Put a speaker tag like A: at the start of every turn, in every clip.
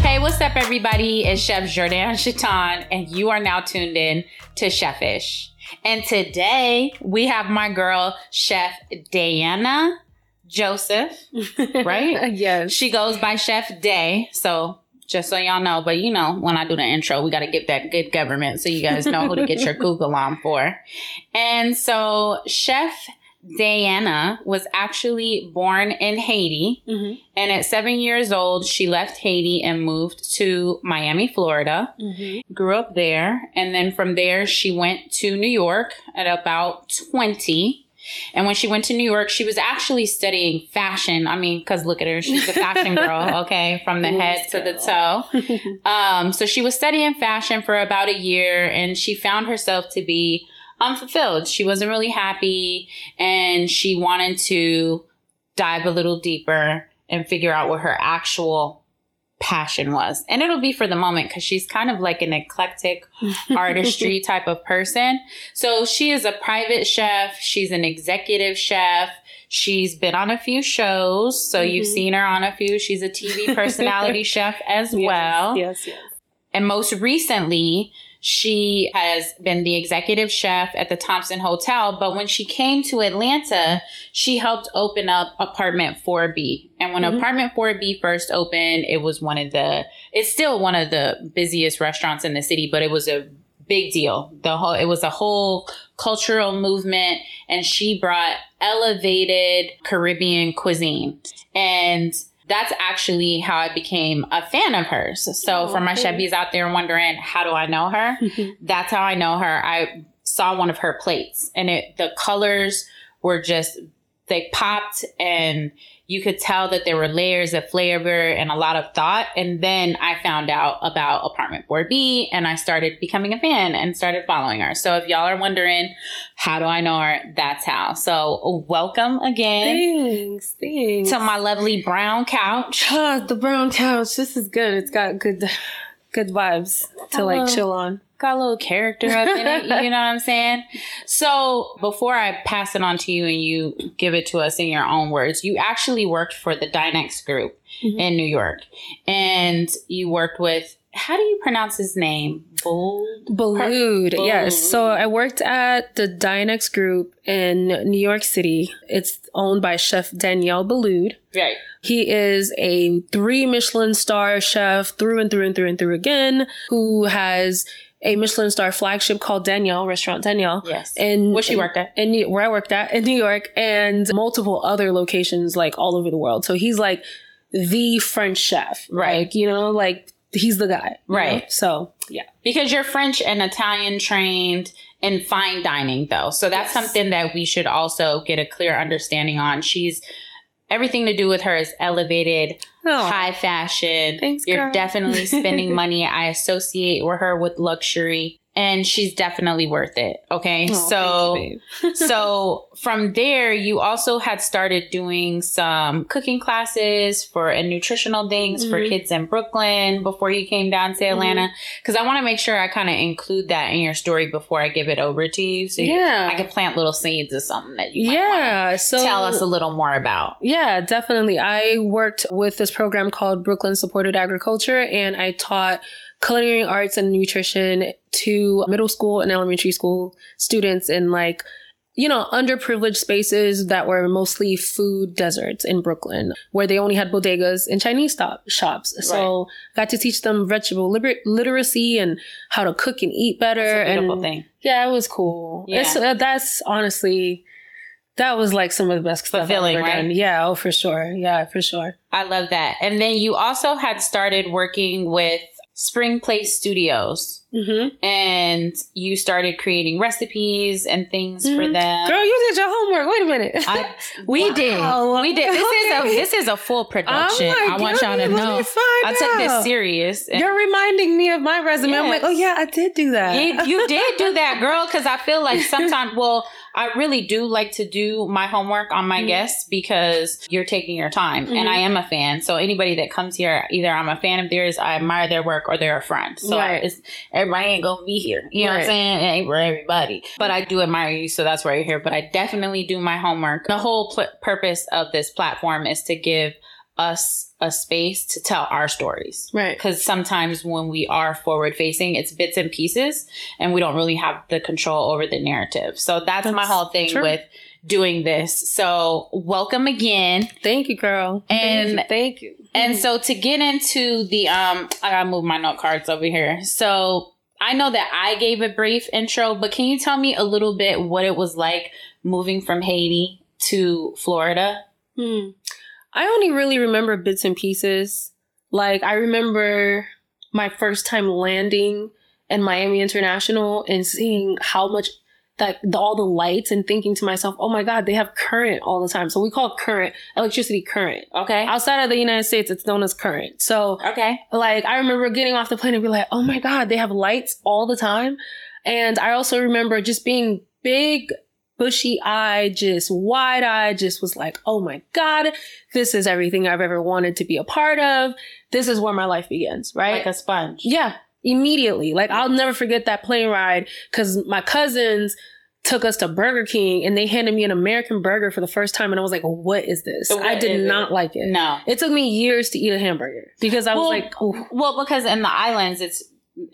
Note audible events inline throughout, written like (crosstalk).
A: Hey, what's up, everybody? It's Chef Jordan Chiton, and you are now tuned in to Chefish. And today we have my girl, Chef Diana Joseph, right?
B: (laughs) yes.
A: she goes by Chef Day. So just so y'all know, but you know, when I do the intro, we got to get that good government so you guys know who to get your Google on for. And so Chef Diana was actually born in Haiti.
B: Mm-hmm.
A: And at seven years old, she left Haiti and moved to Miami, Florida.
B: Mm-hmm.
A: Grew up there. And then from there, she went to New York at about 20. And when she went to New York, she was actually studying fashion. I mean, because look at her. She's a fashion girl, okay? From the head to the toe.
B: Mm-hmm. (laughs)
A: Um, so she was studying fashion for about a year and she found herself to be unfulfilled. She wasn't really happy and she wanted to dive a little deeper and figure out what her actual passion was. And it'll be for the moment because she's kind of like an eclectic artistry type of person. So she is a private chef, she's an executive chef. She's been on a few shows, so you've
B: Mhm.
A: seen her on a few. She's a TV personality chef as well.
B: Yes, yes.
A: And most recently, she has been the executive chef at the Thompson Hotel. But when she came to Atlanta, she helped open up apartment 4B. And when
B: Mhm.
A: apartment 4B first opened, it was one of the, it's still one of the busiest restaurants in the city, but it was a big deal. The whole, it was a whole cultural movement and she brought elevated Caribbean cuisine. And that's actually how I became a fan of hers. So
B: Oh,
A: for my
B: cool.
A: Chevy's out there wondering, how do I know her?
B: Mm-hmm.
A: That's how I know her. I saw one of her plates and it the colors were just they popped and you could tell that there were layers of flavor and a lot of thought. And then I found out about Apartment 4B and I started becoming a fan and started following her. So if y'all are wondering, how do I know her? That's how. So welcome again
B: Thanks, thanks.
A: to my lovely brown couch.
B: Ah, the brown couch. This is good. It's got good, good vibes to like
A: Hello.
B: chill on.
A: got a little character up in it. You know what I'm saying? So before I pass it on to you and you give it to us in your own words, you actually worked for the Dynex Group
B: Mhm.
A: in New York, and you worked with how do you pronounce his name? Bold.
B: Ballood, yes. So
A: Ballood.
B: I worked at the Dynex Group in New York City. It's owned by Chef Danielle Ballood.
A: Right.
B: He is a three Michelin star chef through and through and through and through again, who has a Michelin star flagship called Danielle, Restaurant Danielle.
A: Yes.
B: And
A: Where she worked at.
B: in New- where I worked at in New York and multiple other locations like all over the world. So he's like the French chef,
A: Right.
B: Like, you know, like he's the guy, you know?
A: Right.
B: So yeah,
A: Because you're French and Italian trained in fine dining, though. So that's
B: Yes.
A: something that we should also get a clear understanding on. She's everything to do with her is elevated high fashion.
B: Oh, Thanks,
A: You're
B: girl.
A: definitely
B: (laughs)
A: spending money. I associate with her with luxury, and she's definitely worth it. Okay,
B: Oh,
A: so
B: thank you, babe. (laughs)
A: so from there, you also had started doing some cooking classes for and nutritional things for
B: Mhm.
A: kids in Brooklyn before you came down
B: Mm-hmm.
A: to Atlanta. Because I want to make sure I kind of include that in your story before I give it over to you, so you, I
B: yeah,
A: can plant little seeds of something that you yeah
B: yeah. So
A: tell us a little more about.
B: Yeah, definitely. I worked with this program called Brooklyn Supported Agriculture, and I taught culinary arts and nutrition to middle school and elementary school students in like, you know, underprivileged spaces that were mostly food deserts in Brooklyn, where they only had bodegas and Chinese stop- shops. So got to teach them vegetable liber- literacy and how to cook and eat better.
A: It's a beautiful
B: and
A: thing.
B: yeah, it was cool.
A: Yeah.
B: It's, uh, that's honestly, that was like some of the best stuff
A: Fulfilling,
B: I've ever done.
A: right?
B: Yeah, oh for sure. Yeah, for sure.
A: I love that. And then you also had started working with Spring Place Studios
B: Mm-hmm.
A: and you started creating recipes and things for
B: Mhm.
A: them.
B: Girl, you did your homework. Wait a minute. (laughs)
A: I- we
B: Wow.
A: did. We did. This is a
B: Okay.
A: this is a full
B: Oh
A: production.
B: my
A: I want y'all to
B: goodness, let
A: know.
B: me find
A: I took this
B: out.
A: serious. and-
B: You're reminding me of my resume. I'm like,
A: Yes.
B: oh yeah, I did do that.
A: You, you did do that, girl, because I feel like sometimes, well, I really do like to do my homework on my
B: Mhm.
A: guests because you're taking your time. And
B: Mhm.
A: I am a fan. So anybody that comes here, either I'm a fan of theirs, I admire their work, or they're a friend. So I-
B: Right.
A: it's, everybody ain't going to be here. You know what I'm
B: Right.
A: saying? It ain't for everybody. But I do admire you. So that's why you're here. But I definitely do my homework. The whole pl- purpose of this platform is to give us a space to tell our stories.
B: (laughs) Right.
A: Because sometimes when we are forward facing, it's bits and pieces, and we don't really have the control over the narrative. So that's, my
B: That's
A: whole thing
B: true.
A: with doing this. So, welcome again.
B: Thank you, girl.
A: And-
B: thank you.
A: And so to get into the um I gotta move my note cards over here. So I know that I gave a brief intro, but can you tell me a little bit what it was like moving from Haiti to Florida?
B: Hmm. I only really remember bits and pieces. Like I remember my first time landing in Miami International and seeing how much that the, all the lights and thinking to myself, "Oh my God, they have current all the time." So we call current electricity current.
A: Okay.
B: Outside of the United States, it's known as current. So
A: Okay.
B: like I remember getting off the plane and be like, oh my god, they have lights all the time. And I also remember just being big, bushy eyed, just wide eyed, just was like, oh my god, this is everything I've ever wanted to be a part of. This is where my life begins, right?
A: Like a sponge.
B: Yeah, immediately. Like I'll never forget that plane ride because my cousins took us to Burger King and they handed me an American burger for the first time, and I was like, what is this?
A: What
B: I did
A: is it?
B: not like it.
A: No.
B: It took me years to eat a hamburger because I was
A: Well,
B: like, oh.
A: Well, because in the islands it's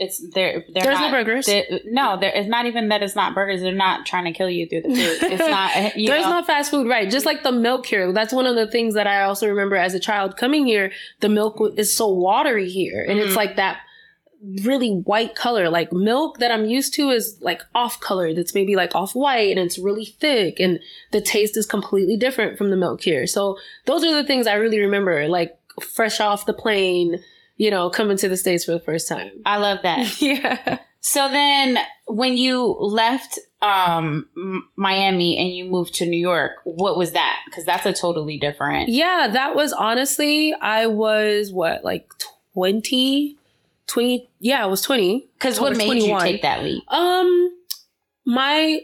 A: it's they're they're
B: There's
A: not,
B: no burgers.
A: they- no, there it's not even that it's not burgers. They're not trying to kill you through the food.
B: (laughs)
A: It's not you
B: There's
A: know,
B: no fast food, right? Just like the milk here. That's one of the things that I also remember as a child coming here. The milk w- is so watery here, and
A: Mhm.
B: it's like that really white color. Like milk that I'm used to is like off color. That's maybe like off white, and it's really thick, and the taste is completely different from the milk here. So those are the things I really remember, like fresh off the plane, you know, coming to the states for the
A: (laughs)
B: first time.
A: I love that.
B: Yeah.
A: So then, when you left um, M- Miami and you moved to New York, what was that? Because that's a totally different.
B: Yeah, that was honestly, I was what, like 20? 20? Yeah, I was 20.
A: Because what
B: Or
A: made you
B: 21.
A: take that leap?
B: Um, my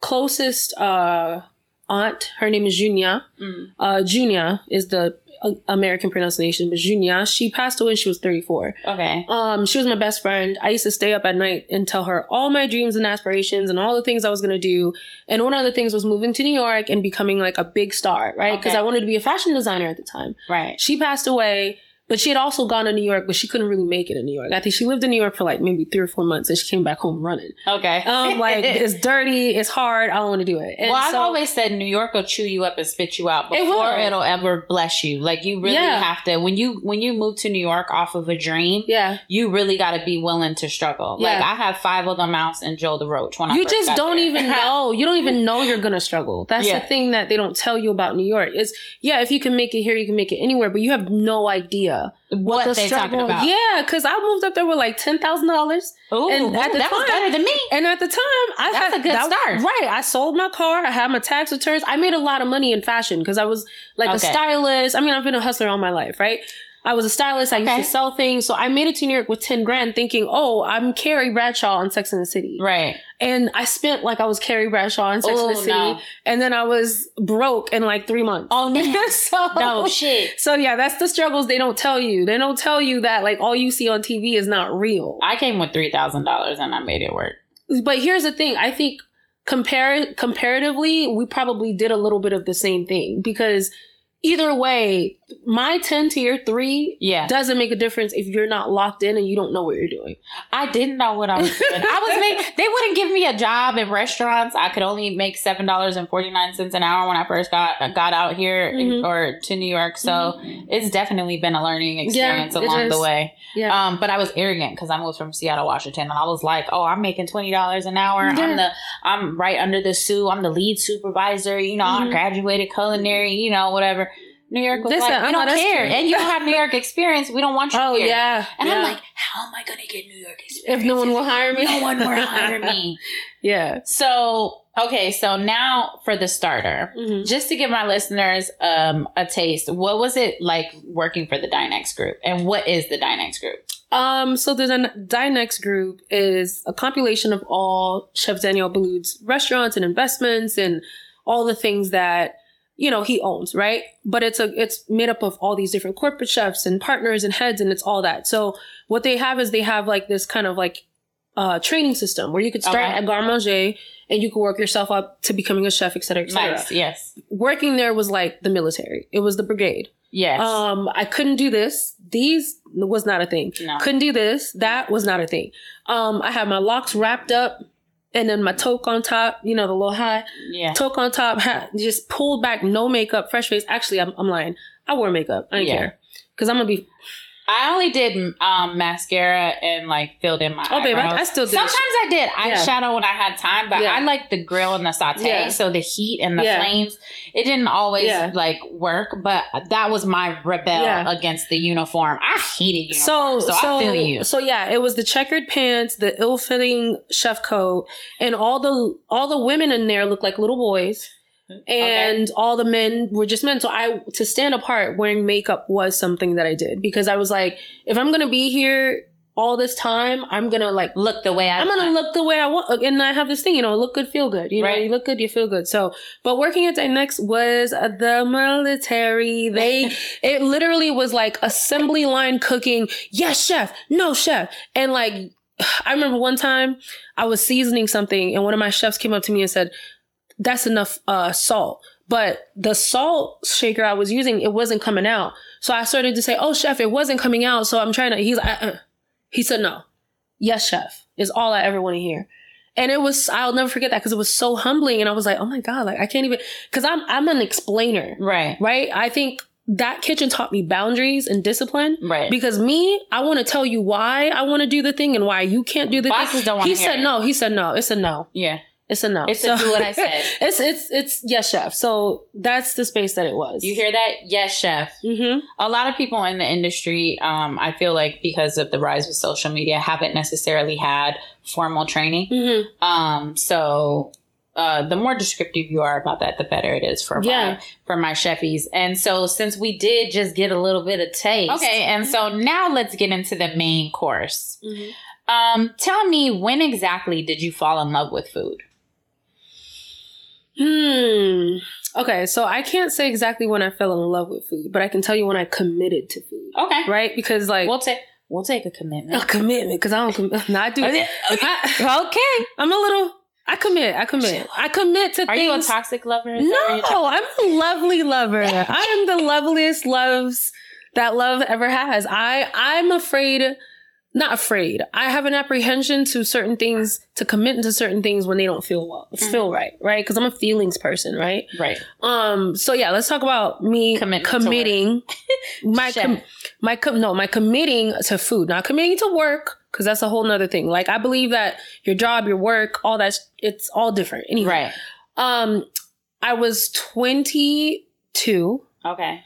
B: closest uh aunt, her name is Junia.
A: Mm,
B: Uh, Junia is the uh, American pronunciation, but Junia, she passed away when she was 34.
A: Okay.
B: Um, she was my best friend. I used to stay up at night and tell her all my dreams and aspirations and all the things I was gonna do. And one of the things was moving to New York and becoming like a big star, right? Because
A: Okay.
B: I wanted to be a fashion designer at the time.
A: Right.
B: She passed away, but she had also gone to New York, but she couldn't really make it in New York. I think she lived in New York for like maybe three or four months and she came back home running.
A: Okay. (laughs)
B: Um, like it's dirty, it's hard, I don't want to do it. And
A: well, I've
B: so-
A: always said New York will chew you up and spit you out
B: It will.
A: before it will ever bless you. Like you really
B: Yeah.
A: have to when you when you move to New York off of a dream.
B: yeah,
A: You really got to be willing to struggle.
B: Yeah.
A: Like I have five of the mouse and Joe the Roach. When I
B: you
A: first
B: just
A: got
B: don't
A: there.
B: even know. You don't even know you're gonna struggle. That's
A: Yeah.
B: the thing that they don't tell you about New York. Is yeah, if you can make it here, you can make it anywhere, but you have no idea
A: (laughs) what,
B: the
A: they're
B: struggle.
A: talking about.
B: Yeah, because I moved up there with like ten thousand dollars.
A: Ooh,
B: And at
A: ooh,
B: the
A: that was
B: time-
A: better than me.
B: And at the time, I
A: That's
B: had
A: a good
B: that-
A: start.
B: Right. I sold my car. I had my tax returns. I made a lot of money in fashion because I was like a
A: Okay.
B: stylist. I mean, I've been a hustler all my life, right? I was a stylist. I
A: Okay.
B: used to sell things. So I made it to New York with 10 grand thinking, oh, I'm Carrie Bradshaw on Sex and the City.
A: Right.
B: And I spent like I was Carrie Bradshaw on Sex
A: Oh,
B: and the City.
A: no.
B: And then I was broke in like three months.
A: Oh, no.
B: (laughs) so,
A: no shit.
B: so yeah, that's the struggles they don't tell you. They don't tell you that like all you see on TV is not real.
A: I came with three thousand dollars and I made it work.
B: but here's the thing i think compare comparatively we probably did a little bit of the same thing because either way my 10 to your 3
A: Yeah,
B: doesn't make a difference if you're not locked in and you don't know what you're doing
A: I didn't know what I was doing. I was
B: (laughs)
A: making. They wouldn't give me a job in restaurants. I could only make seven dollars and forty nine cents an hour when I first got got out here
B: Mhm.
A: or to New York. So it's definitely been a learning experience
B: Mm-hmm. it
A: along the
B: is.
A: way.
B: Yeah.
A: Um, but I was arrogant because I moved from Seattle, Washington, and I was like, "Oh, I'm making twenty dollars an hour. I'm
B: Yeah.
A: the I'm right under the Sue. I'm the lead supervisor. You know, I
B: Mhm.
A: graduated culinary. You know, whatever." New York was
B: Listen,
A: like, we
B: I'm
A: don't
B: not
A: care,
B: asking.
A: and you don't
B: (laughs)
A: have New York experience. We don't want you
B: oh
A: here.
B: yeah
A: And
B: Yeah.
A: I'm like, how am I gonna get New York experience?
B: if no one will hire me
A: no one will hire me.
B: (laughs) yeah
A: (laughs) So okay, so now for the starter.
B: Mhm.
A: Just to give my listeners um, a taste, what was it like working for the Dynex group? And what is the Dynex group?
B: Um, so the Dyn- Dynex Group is a compilation of all Chef Daniel Boulud's restaurants and investments and all the things that you know he owns, right? But it's a it's made up of all these different corporate chefs and partners and heads and it's all that. So what they have is they have like this kind of like uh, training system where you could start
A: Okay.
B: at Garde Manger and you could work yourself up to becoming a chef, et cetera, et cetera
A: Nice, yes.
B: working there was like the military. It was the brigade.
A: Yes.
B: Um, I couldn't do this. These was not a thing.
A: No.
B: Couldn't do this. That was not a thing. Um, I had my locks wrapped up and then my toque on top, you know, the little high
A: yeah.
B: toque on top, ha- just pulled back, no makeup, fresh face. Actually, I'm, I'm lying. I wore makeup. I don't
A: Yeah.
B: care. Cause I'm gonna be.
A: I only did um, mascara and like filled in my
B: Oh, babe, I-
A: eyebrows.
B: I still did.
A: Sometimes I did eyeshadow when I had time, but
B: Yeah.
A: I like the grill and the saute,
B: Yeah.
A: so the heat and the
B: Yeah.
A: flames. It didn't always
B: Yeah.
A: like work, but that was my rebel
B: Yeah.
A: against the uniform. I hated uniform.
B: So,
A: So
B: so,
A: I
B: so,
A: feel you.
B: yeah, it was the checkered pants, the ill-fitting chef coat, and all the all the women in there looked like little boys, and all the men were just men. So I to stand apart wearing makeup was something that I did because I was like, if I'm gonna be here all this time, I'm gonna like
A: look the way I.
B: I'm gonna
A: want.
B: look the way I want, and I have this thing, you know, look good, feel good. You know,
A: Right.
B: you look good, you feel good. So, but working at Dynex was the
A: (laughs)
B: military. They, it literally was like assembly line cooking. Yes, chef. No, chef. And like, I remember one time I was seasoning something, and one of my chefs came up to me and said, "That's enough uh, salt." But the salt shaker I was using, it wasn't coming out. So I started to say, "Oh, chef, it wasn't coming out." So I'm trying to. He's, uh, uh. he said, "No." yes chef is all i ever want to hear and it was i'll never forget that because it was so humbling and i was like oh my god like i can't even because i'm i'm an explainer
A: right,
B: right i think that kitchen taught me boundaries and discipline
A: right.
B: because me i want to tell you why i want to do the thing and why you can't do the
A: Bosses
B: thing
A: don't wanna
B: he
A: hear
B: said
A: it.
B: no he said no it's a no
A: yeah,
B: it's a no
A: It's a do what I said.
B: (laughs) it's it's it's yes chef so that's the space that it was
A: you hear that? Yes, chef.
B: mm-hmm
A: a lot of people in the industry, um, I feel like because of the rise of social media, haven't necessarily had formal training.
B: mm-hmm
A: Um, so uh, the more descriptive you are about that, the better it is for
B: Yeah.
A: my for my chefies. And so since we did just get a little bit of taste, okay. And so now let's get into the main course.
B: Mm-hmm.
A: Um, tell me when exactly did you fall in love with food?
B: Hmm. Okay, so I can't say exactly when I fell in love with food, but I can tell you when I committed to food,
A: Okay,
B: right? Because like
A: we'll take we'll take a commitment. (laughs)
B: a commitment, because I don't commit. (laughs) No, I do.
A: Okay.
B: I, (laughs) am a little. I commit. I commit. I commit to
A: Are you a
B: things.
A: toxic lover? Is that what you're
B: no, I'm a lovely lover. I am the loveliest loves that love ever has. I I'm afraid. Not afraid. I have an apprehension to certain things, to commit to certain things when they don't feel well,
A: Mm-hmm.
B: feel right, right? Because I'm a feelings person, right?
A: talking- Right.
B: Um. So yeah, let's talk about me
A: Commitment to (laughs)
B: committing my
A: Chef.
B: com- my com- no my committing to food, not committing to work because that's a whole nother thing. Like I believe that your job, your work, all that sh- it's all different. Anyway,
A: Right.
B: um, I was twenty two.
A: Okay.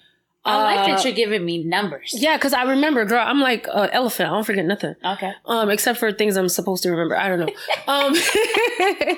A: I like that you're giving me numbers.
B: Uh, Yeah, because I remember, girl. I'm like an elephant. I don't forget nothing.
A: Okay.
B: um, except for things I'm supposed to remember. I
A: (laughs)
B: don't know. Um,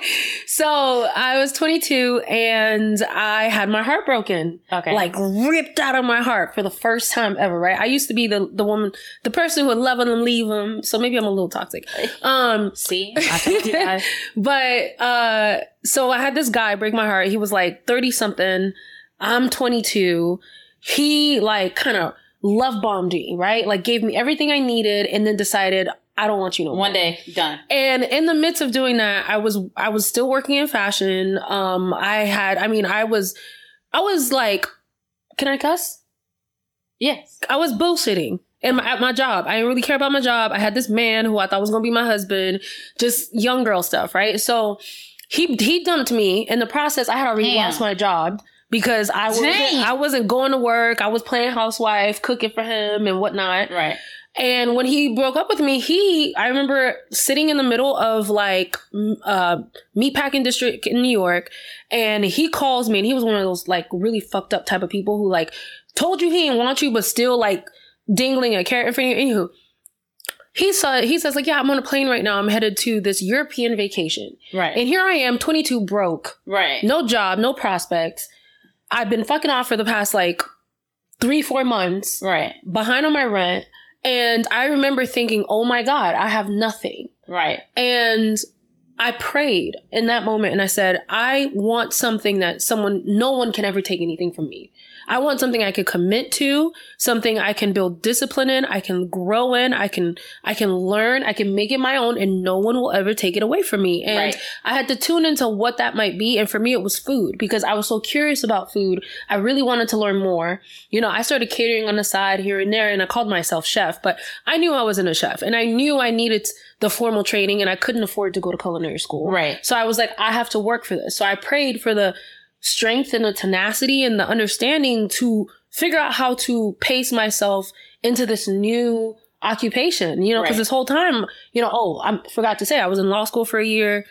B: (laughs) so I was 22 and I had my heart broken,
A: Okay.
B: like ripped out of my heart for the first time ever. Right? I used to be the the woman, the person who would love him and leave him. So maybe I'm a
A: (laughs)
B: little toxic. Um,
A: see, (laughs) I told you guys.
B: but uh so I had this guy break my heart. He was like 30 something. I'm 22. He like kind of love bombed me, right? Like gave me everything I needed and then decided I don't want you no more.
A: one day done.
B: And in the midst of doing that, I was I was still working in fashion. Um I had I mean I was I was like can I cuss?
A: Yes.
B: I was bullshitting in my, at my job. I didn't really care about my job. I had this man who I thought was gonna be my husband, just young girl stuff, right? So he he dumped me in the process. I had already
A: Damn.
B: lost my job because I wasn't
A: Dang.
B: I wasn't going to work. I was playing housewife, cooking for him and whatnot.
A: Right.
B: And when he broke up with me, he I remember sitting in the middle of like m- uh, meatpacking district in New York, and he calls me, and he was one of those like really fucked up type of people who like told you he didn't want you, but still like dingling a carrot in front of you. Anywho, he said he says like yeah, I'm on a plane right now. I'm headed to this European vacation,
A: Right.
B: and here I am, 22, broke,
A: right.
B: no job, no prospects. I've been fucking off for the past like three, four months
A: Right.
B: behind on my rent. And I remember thinking, oh my God, I have nothing.
A: Right.
B: And I prayed in that moment and I said, I want something that someone, no one can ever take anything from me. I want something I could commit to, something I can build discipline in, I can grow in, I can I can learn, I can make it my own and no one will ever take it away from me. And
A: Right.
B: I had to tune into what that might be and for me it was food because I was so curious about food. I really wanted to learn more. You know, I started catering on the side here and there and I called myself chef, but I knew I wasn't a chef and I knew I needed the formal training and I couldn't afford to go to culinary school.
A: Right.
B: So I was like, I have to work for this. So I prayed for the strength and the tenacity and the understanding to figure out how to pace myself into this new occupation, you know, because
A: Right.
B: this whole time, you know, oh, I forgot to say I was in law school for a year,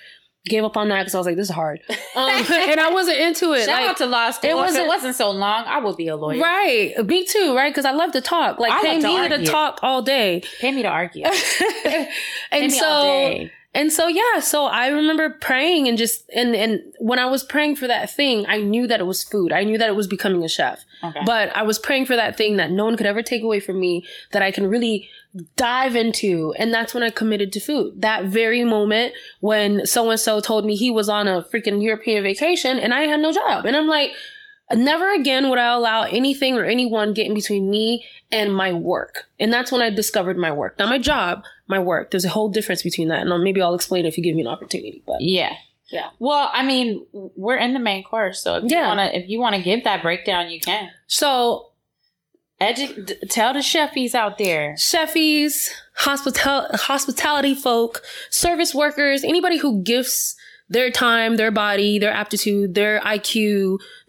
B: gave up on that because I was like, this is
A: (laughs)
B: hard. Um, (laughs) and I wasn't into it.
A: Shout
B: like-
A: out to law school.
B: it
A: It wasn't,
B: wasn't-
A: if it wasn't so long, I would be a lawyer.
B: Right. Me too, right? Because I love to talk. Like,
A: I
B: pay
A: love to
B: me to
A: argue.
B: talk
A: (laughs)
B: all day. (laughs)
A: Pay me to argue.
B: and
A: Pay me
B: so,
A: all day.
B: and so yeah, so I remember praying and just and and when I was praying for that thing, I knew that it was food. I knew that it was becoming a chef.
A: Okay.
B: But I was praying for that thing that no one could ever take away from me that I can really dive into. And that's when I committed to food. That very moment when so and so told me he was on a freaking European vacation and I had no job. And I'm like, never again would I allow anything or anyone get in between me and my work. And that's when I discovered my work. Not my job, my work. There's a whole difference between that. And I'll- maybe I'll explain if you give me an opportunity. But
A: Yeah.
B: Yeah.
A: Well, I mean, we're in the main course, so if
B: Yeah.
A: you wanna if you wanna give that breakdown, you can.
B: so
A: Edu- d- tell the chefies out there.
B: chefies, hospital hospitality folk, service workers, anybody who gifts their time, their body, their aptitude, their IQ,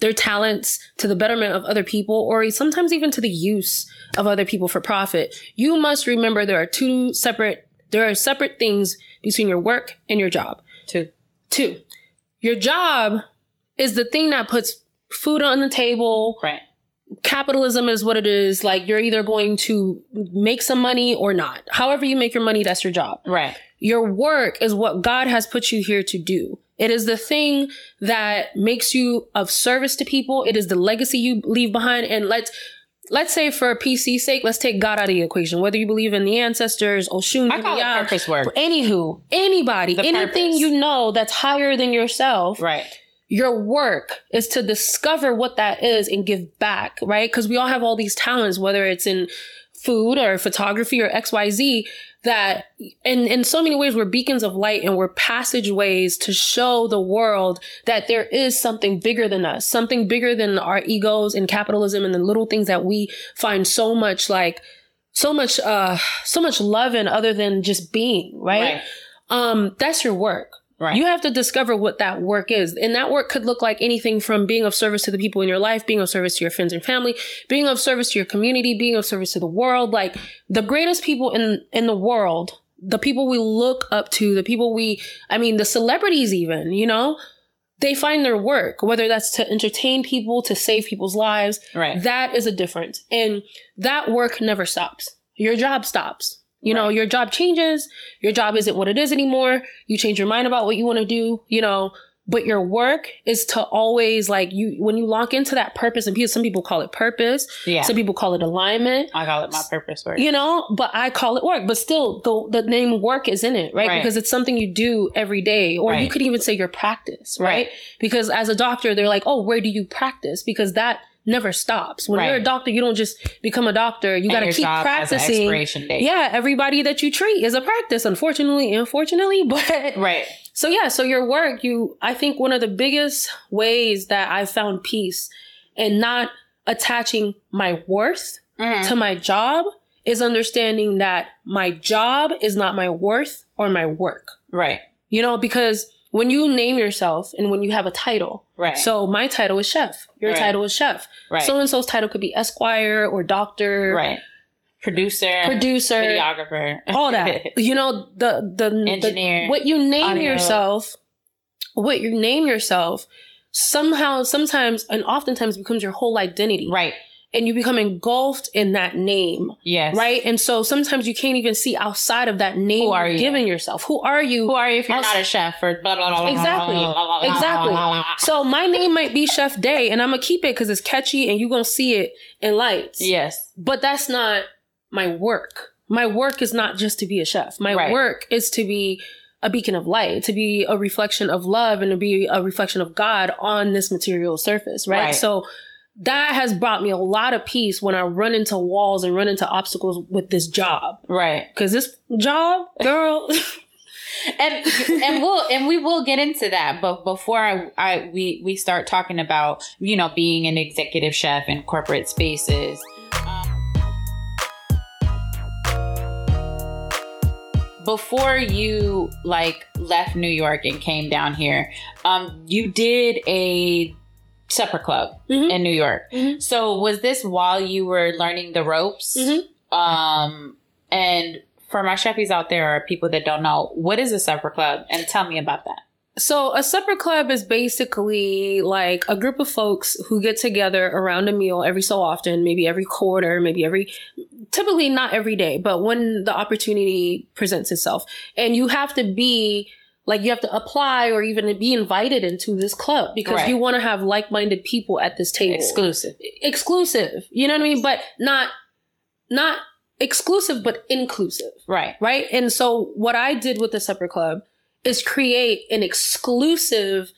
B: their talents to the betterment of other people, or sometimes even to the use of other people for profit. You must remember there are two separate there are separate things between your work and your job.
A: Two.
B: Two, your job is the thing that puts food on the table,
A: Right.
B: capitalism is what it is. Like you're either going to make some money or not. However you make your money, that's your job.
A: Right.
B: Your work is what God has put you here to do. It is the thing that makes you of service to people. It is the legacy you leave behind. And let's, let's say for PC sake, let's take God out of the equation. Whether you believe in the ancestors, Oshun,
A: I call
B: Yum,
A: it purpose work.
B: anywho, anybody,
A: The
B: anything
A: purpose.
B: you know that's higher than yourself,
A: Right.
B: your work is to discover what that is and give back, right? Because we all have all these talents, whether it's in food or photography or XYZ, that in, in so many ways we're beacons of light and we're passageways to show the world that there is something bigger than us, something bigger than our egos and capitalism and the little things that we find so much like so much uh so much love in other than just being, right?
A: Right.
B: Um, that's your work.
A: Right.
B: You have to discover what that work is. And that work could look like anything from being of service to the people in your life, being of service to your friends and family, being of service to your community, being of service to the world. Like the greatest people in in the world, the people we look up to, the people we I mean the celebrities even, you know, they find their work, whether that's to entertain people, to save people's lives.
A: right.
B: That is a difference. And that work never stops. Your job stops. You know,
A: Right.
B: your job changes. Your job isn't what it is anymore. You change your mind about what you want to do, you know, but your work is to always like you, when you lock into that purpose and people, some people call it purpose.
A: yeah.
B: Some people call it alignment,
A: I call it my purpose work.
B: you know, but I call it work, but still the, the name work is in it, right?
A: Right.
B: Because it's something you do every day, or you
A: Right.
B: could even say your practice, right?
A: Right.
B: Because as a doctor, they're like, oh, where do you practice? Because that never stops. When
A: Right.
B: you're a doctor, you don't just become a doctor. You got to
A: your
B: keep
A: job has an
B: practicing.
A: expiration date.
B: Yeah, everybody that you treat is a practice, unfortunately, unfortunately, (laughs) but
A: Right.
B: so yeah, so your work, you I think one of the biggest ways that I found peace and not attaching my worth
A: Mhm.
B: to my job is understanding that my job is not my worth or my work.
A: Right.
B: You know, because when you name yourself and when you have a title,
A: Right.
B: so my title is chef, your
A: Right.
B: title is chef.
A: right.
B: So and so's title could be esquire or doctor,
A: right. Producer.
B: producer,
A: Videographer. (laughs)
B: all that. you know, the the the-
A: Engineer.
B: what you name
A: Audio.
B: yourself, what you name yourself, somehow, sometimes, and oftentimes becomes your whole identity,
A: right.
B: and you become engulfed in that name.
A: Yes.
B: right? And so sometimes you can't even see outside of that name
A: Who are
B: you're
A: you?
B: giving yourself. Who are you?
A: Who are you if you're
B: Also-
A: not a chef or blah blah blah, blah? blah,
B: Exactly.
A: blah, blah, blah,
B: Exactly.
A: blah, blah, blah.
B: so my name might be Chef Day, and I'm gonna keep it because it's catchy, and you're gonna see it in lights.
A: Yes.
B: But that's not my work. My work is not just to be a chef. My
A: Right.
B: work is to be a beacon of light, to be a reflection of love, and to be a reflection of God on this material surface, right?
A: Right.
B: So that has brought me a lot of peace when I run into walls and run into obstacles with this job.
A: Right.
B: Cause this job, girl,
A: and and we'll and we will get into that but before I, I we we start talking about you know being an executive chef in corporate spaces um, before you like left new york and came down here um you did a supper club
B: Mhm.
A: in new york
B: Mhm.
A: so was this while you were learning the ropes
B: Mhm.
A: um and for my chefs out there or people that don't know, what is a supper club? And tell me about that.
B: So a supper club is basically like a group of folks who get together around a meal every so often, maybe every quarter, maybe every typically not every day, but when the opportunity presents itself. And you have to be like you have to apply or even be invited into this club because
A: Right.
B: you want to have like-minded people at this table.
A: Exclusive.
B: exclusive, you know what I mean? But not not exclusive but inclusive
A: Right.
B: right? And so what I did with the supper club is create an exclusive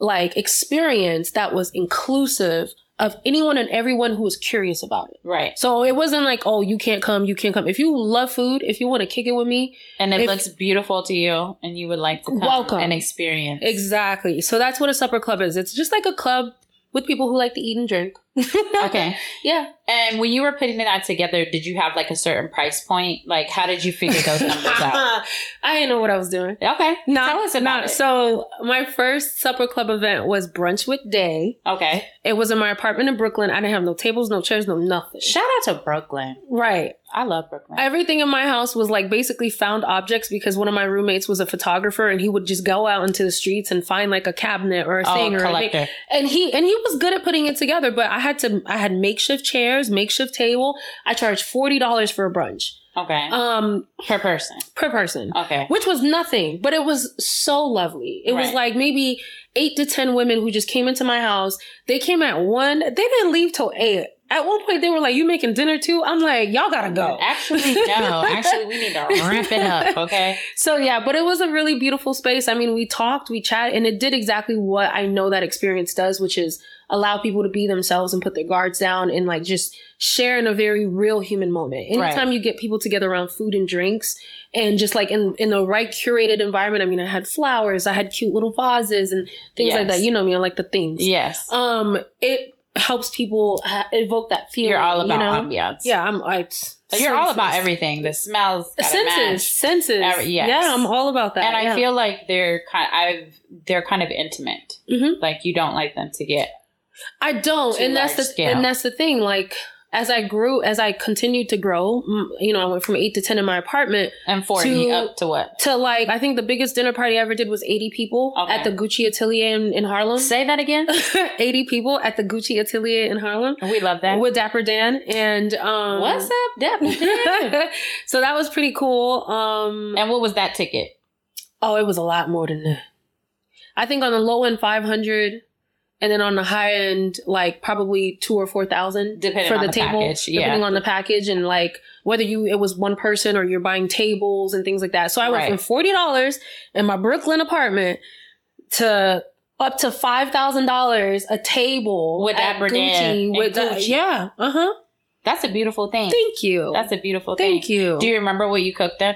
B: like experience that was inclusive of anyone and everyone who was curious about it.
A: Right.
B: So it wasn't like, oh, you can't come, you can't come. If you love food, if you want to kick it with me,
A: And it
B: If-
A: looks beautiful to you and you would like to come
B: Welcome.
A: and experience.
B: exactly. So that's what a supper club is. It's just like a club with people who like to eat and drink. (laughs)
A: Okay.
B: Yeah.
A: And when you were putting that together, did you have like a certain price point? Like how did you figure
B: (laughs)
A: those numbers out?
B: I didn't know what I was doing.
A: Okay.
B: No,
A: Tell us about
B: no.
A: it.
B: So my first supper club event was brunch with Day.
A: Okay.
B: It was in my apartment in Brooklyn. I didn't have no tables, no chairs, no nothing.
A: Shout out to Brooklyn.
B: Right.
A: I love Brooklyn.
B: Everything in my house was like basically found objects because one of my roommates was a photographer and he would just go out into the streets and find like a cabinet or a
A: oh,
B: thing or a thing.
A: collector.
B: And he and he was good at putting it together, but I had to I had makeshift chairs, makeshift table. I charged forty dollars for a brunch.
A: Okay.
B: Um
A: per person.
B: per person.
A: Okay.
B: Which was nothing, but it was so lovely. It was
A: Right.
B: like maybe eight to ten women who just came into my house. They came at one. They didn't leave till eight. At one point, they were like, "You making dinner too?" I'm like, "Y'all gotta go."
A: Actually, no. Actually, we
B: (laughs)
A: need to ramp it up. Okay.
B: So yeah, but it was a really beautiful space. I mean, we talked, we chatted, and it did exactly what I know that experience does, which is allow people to be themselves and put their guards down and like just share in a very real human moment.
A: Right.
B: Anytime you get people together around food and drinks and just like in in the right curated environment. I mean, I had flowers, I had cute little vases and things like
A: Yes.
B: that. You know me, I like the things.
A: Yes.
B: Um, it helps people ha- evoke that feeling.
A: You're all
B: you
A: about
B: know?
A: ambiance.
B: Yeah, I'm. I,
A: So you're all about
B: senses.
A: everything. The smells, gotta
B: Senses,
A: match.
B: senses.
A: Every- yes.
B: Yeah, I'm all about that.
A: and I
B: yeah.
A: feel like they're kind. I've they're kind of intimate.
B: Mhm.
A: Like you don't like them to get
B: I don't,
A: to
B: and that's the
A: large scale.
B: and that's the thing. Like as I grew, as I continued to grow, mm, you know, I went from eight to ten in my apartment
A: and forty
B: To-
A: up to what?
B: to like I think the biggest dinner party I ever did was eighty people
A: Okay.
B: at the Gucci Atelier in, in Harlem.
A: Say that again.
B: (laughs) eighty people at the Gucci Atelier in Harlem
A: we love that.
B: with Dapper Dan and um, (laughs)
A: What's up, Deb?
B: so that was pretty cool. Um,
A: and what was that ticket?
B: oh, it was a lot more than that. I think on the low end five hundred, and then on the high end like probably two or four thousand.
A: Depending
B: for
A: on
B: the,
A: the
B: table,
A: package, yeah.
B: depending on the package and like whether you it was one person or you're buying tables and things like that. So I went
A: Right.
B: from forty dollars in my Brooklyn apartment to up to five thousand dollars a table
A: With
B: at
A: Dapper Dan and
B: with the-
A: Gucci.
B: yeah, uh huh.
A: That's a beautiful thing.
B: Thank you.
A: That's a beautiful
B: Thank
A: thing.
B: you.
A: Do you remember what you cooked then?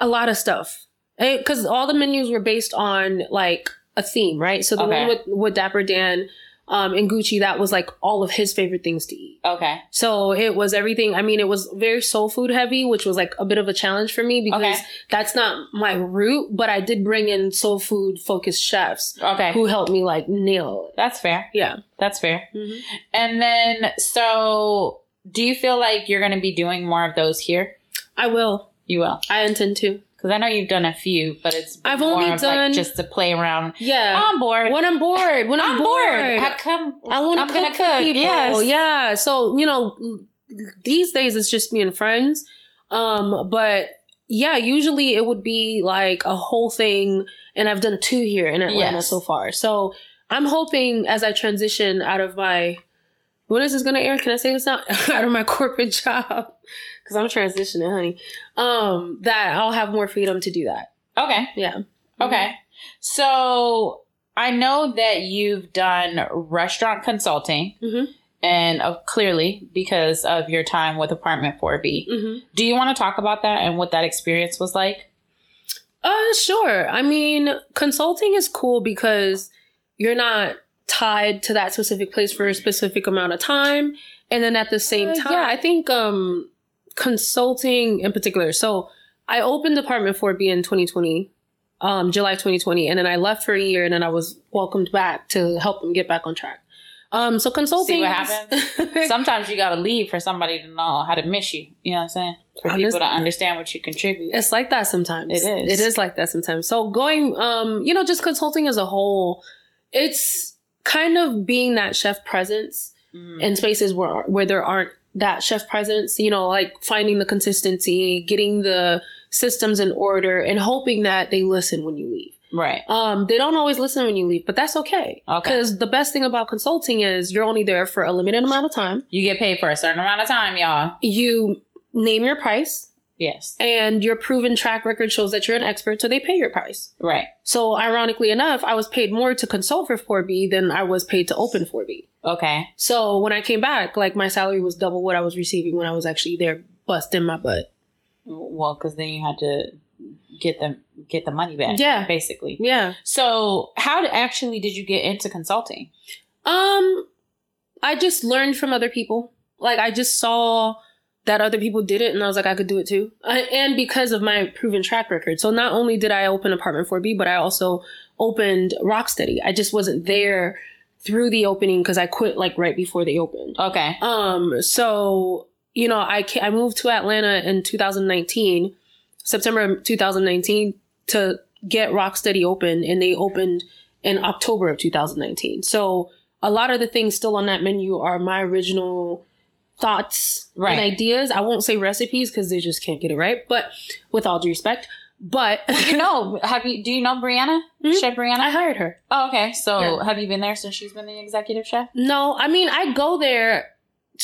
B: a lot of stuff because all the menus were based on like a theme, right? So the
A: Okay.
B: one with with Dapper Dan. Um, and Gucci, that was like all of his favorite things to eat.
A: Okay.
B: So it was everything. I mean, it was very soul food heavy, which was like a bit of a challenge for me because
A: Okay.
B: that's not my route, but I did bring in soul food focused chefs
A: Okay.
B: who helped me like nail it.
A: That's fair.
B: Yeah.
A: That's fair. And then, so do you feel like you're going to be doing more of those here?
B: I will.
A: You will.
B: I intend to.
A: Because I know you've done a few, but it's
B: I've only
A: more of,
B: done-
A: like just to play around.
B: Yeah.
A: I'm bored.
B: when I'm bored, when I'm,
A: Oh, I'm bored.
B: bored,
A: I come.
B: I want to
A: I'm
B: cook,
A: gonna cook,
B: for people.
A: yes.
B: Yeah. So, you know, these days it's just me and friends. Um, but yeah, usually it would be like a whole thing and I've done two here in Atlanta
A: Yes.
B: so far. So I'm hoping as I transition out of my when is this gonna air? Can I say this now? (laughs) out of my corporate job. Cause I'm transitioning, honey. Um, that I'll have more freedom to do that.
A: Okay.
B: Yeah.
A: Okay. So I know that you've done restaurant consulting.
B: Mhm.
A: and uh, clearly because of your time with Apartment 4B.
B: Mm-hmm.
A: Do you want to talk about that and what that experience was like?
B: Uh, sure. I mean, consulting is cool because you're not tied to that specific place for a specific amount of time. And then at the same
A: Uh,
B: time,
A: yeah.
B: I think um, consulting in particular. So I opened Department 4B in 2020, um, July 2020, and then I left for a year and then I was welcomed back to help them get back on track. Um, so consulting.
A: See what
B: (laughs)
A: happens? Sometimes you got to leave for somebody to know how to miss you. You know what I'm saying? For people
B: Honest-
A: to understand what you contribute.
B: It's like that sometimes.
A: It is.
B: It is like that sometimes. So going, um, you know, just consulting as a whole, it's kind of being that chef presence
A: Mm.
B: in spaces where where there aren't that chef presence. You know, like finding the consistency, getting the systems in order, and hoping that they listen when you leave.
A: Right.
B: Um, they don't always listen when you leave, but that's okay.
A: Okay.
B: Because the best thing about consulting is you're only there for a limited amount of time.
A: You get paid for a certain amount of time, y'all.
B: You name your price,
A: Yes.
B: and your proven track record shows that you're an expert, so they pay your price.
A: Right.
B: So ironically enough, I was paid more to consult for 4B than I was paid to open 4B.
A: Okay.
B: So when I came back, like my salary was double what I was receiving when I was actually there busting my butt.
A: Well, because then you had to get the get the money back.
B: Yeah.
A: Basically.
B: Yeah.
A: So, how d- actually did you get into consulting?
B: Um I just learned from other people. Like I just saw that other people did it and I was like I could do it too. I, and because of my proven track record. So not only did I open apartment 4B, but I also opened Rocksteady. I just wasn't there through the opening cuz I quit like right before they opened.
A: Okay.
B: Um, so you know, I ca- I moved to Atlanta in 2019, September of 2019 to get Rocksteady open, and they opened in October of 2019. So a lot of the things still on that menu are my original thoughts
A: Right.
B: and ideas. I won't say recipes because they just can't get it right, but with all due respect,
A: (laughs)
B: but
A: You know, have you do you know Brianna?
B: Mhm.
A: Chef Brianna?
B: I hired her.
A: Oh, okay. So,
B: Yeah.
A: have you been there since she's been the executive chef?
B: No, I mean I go there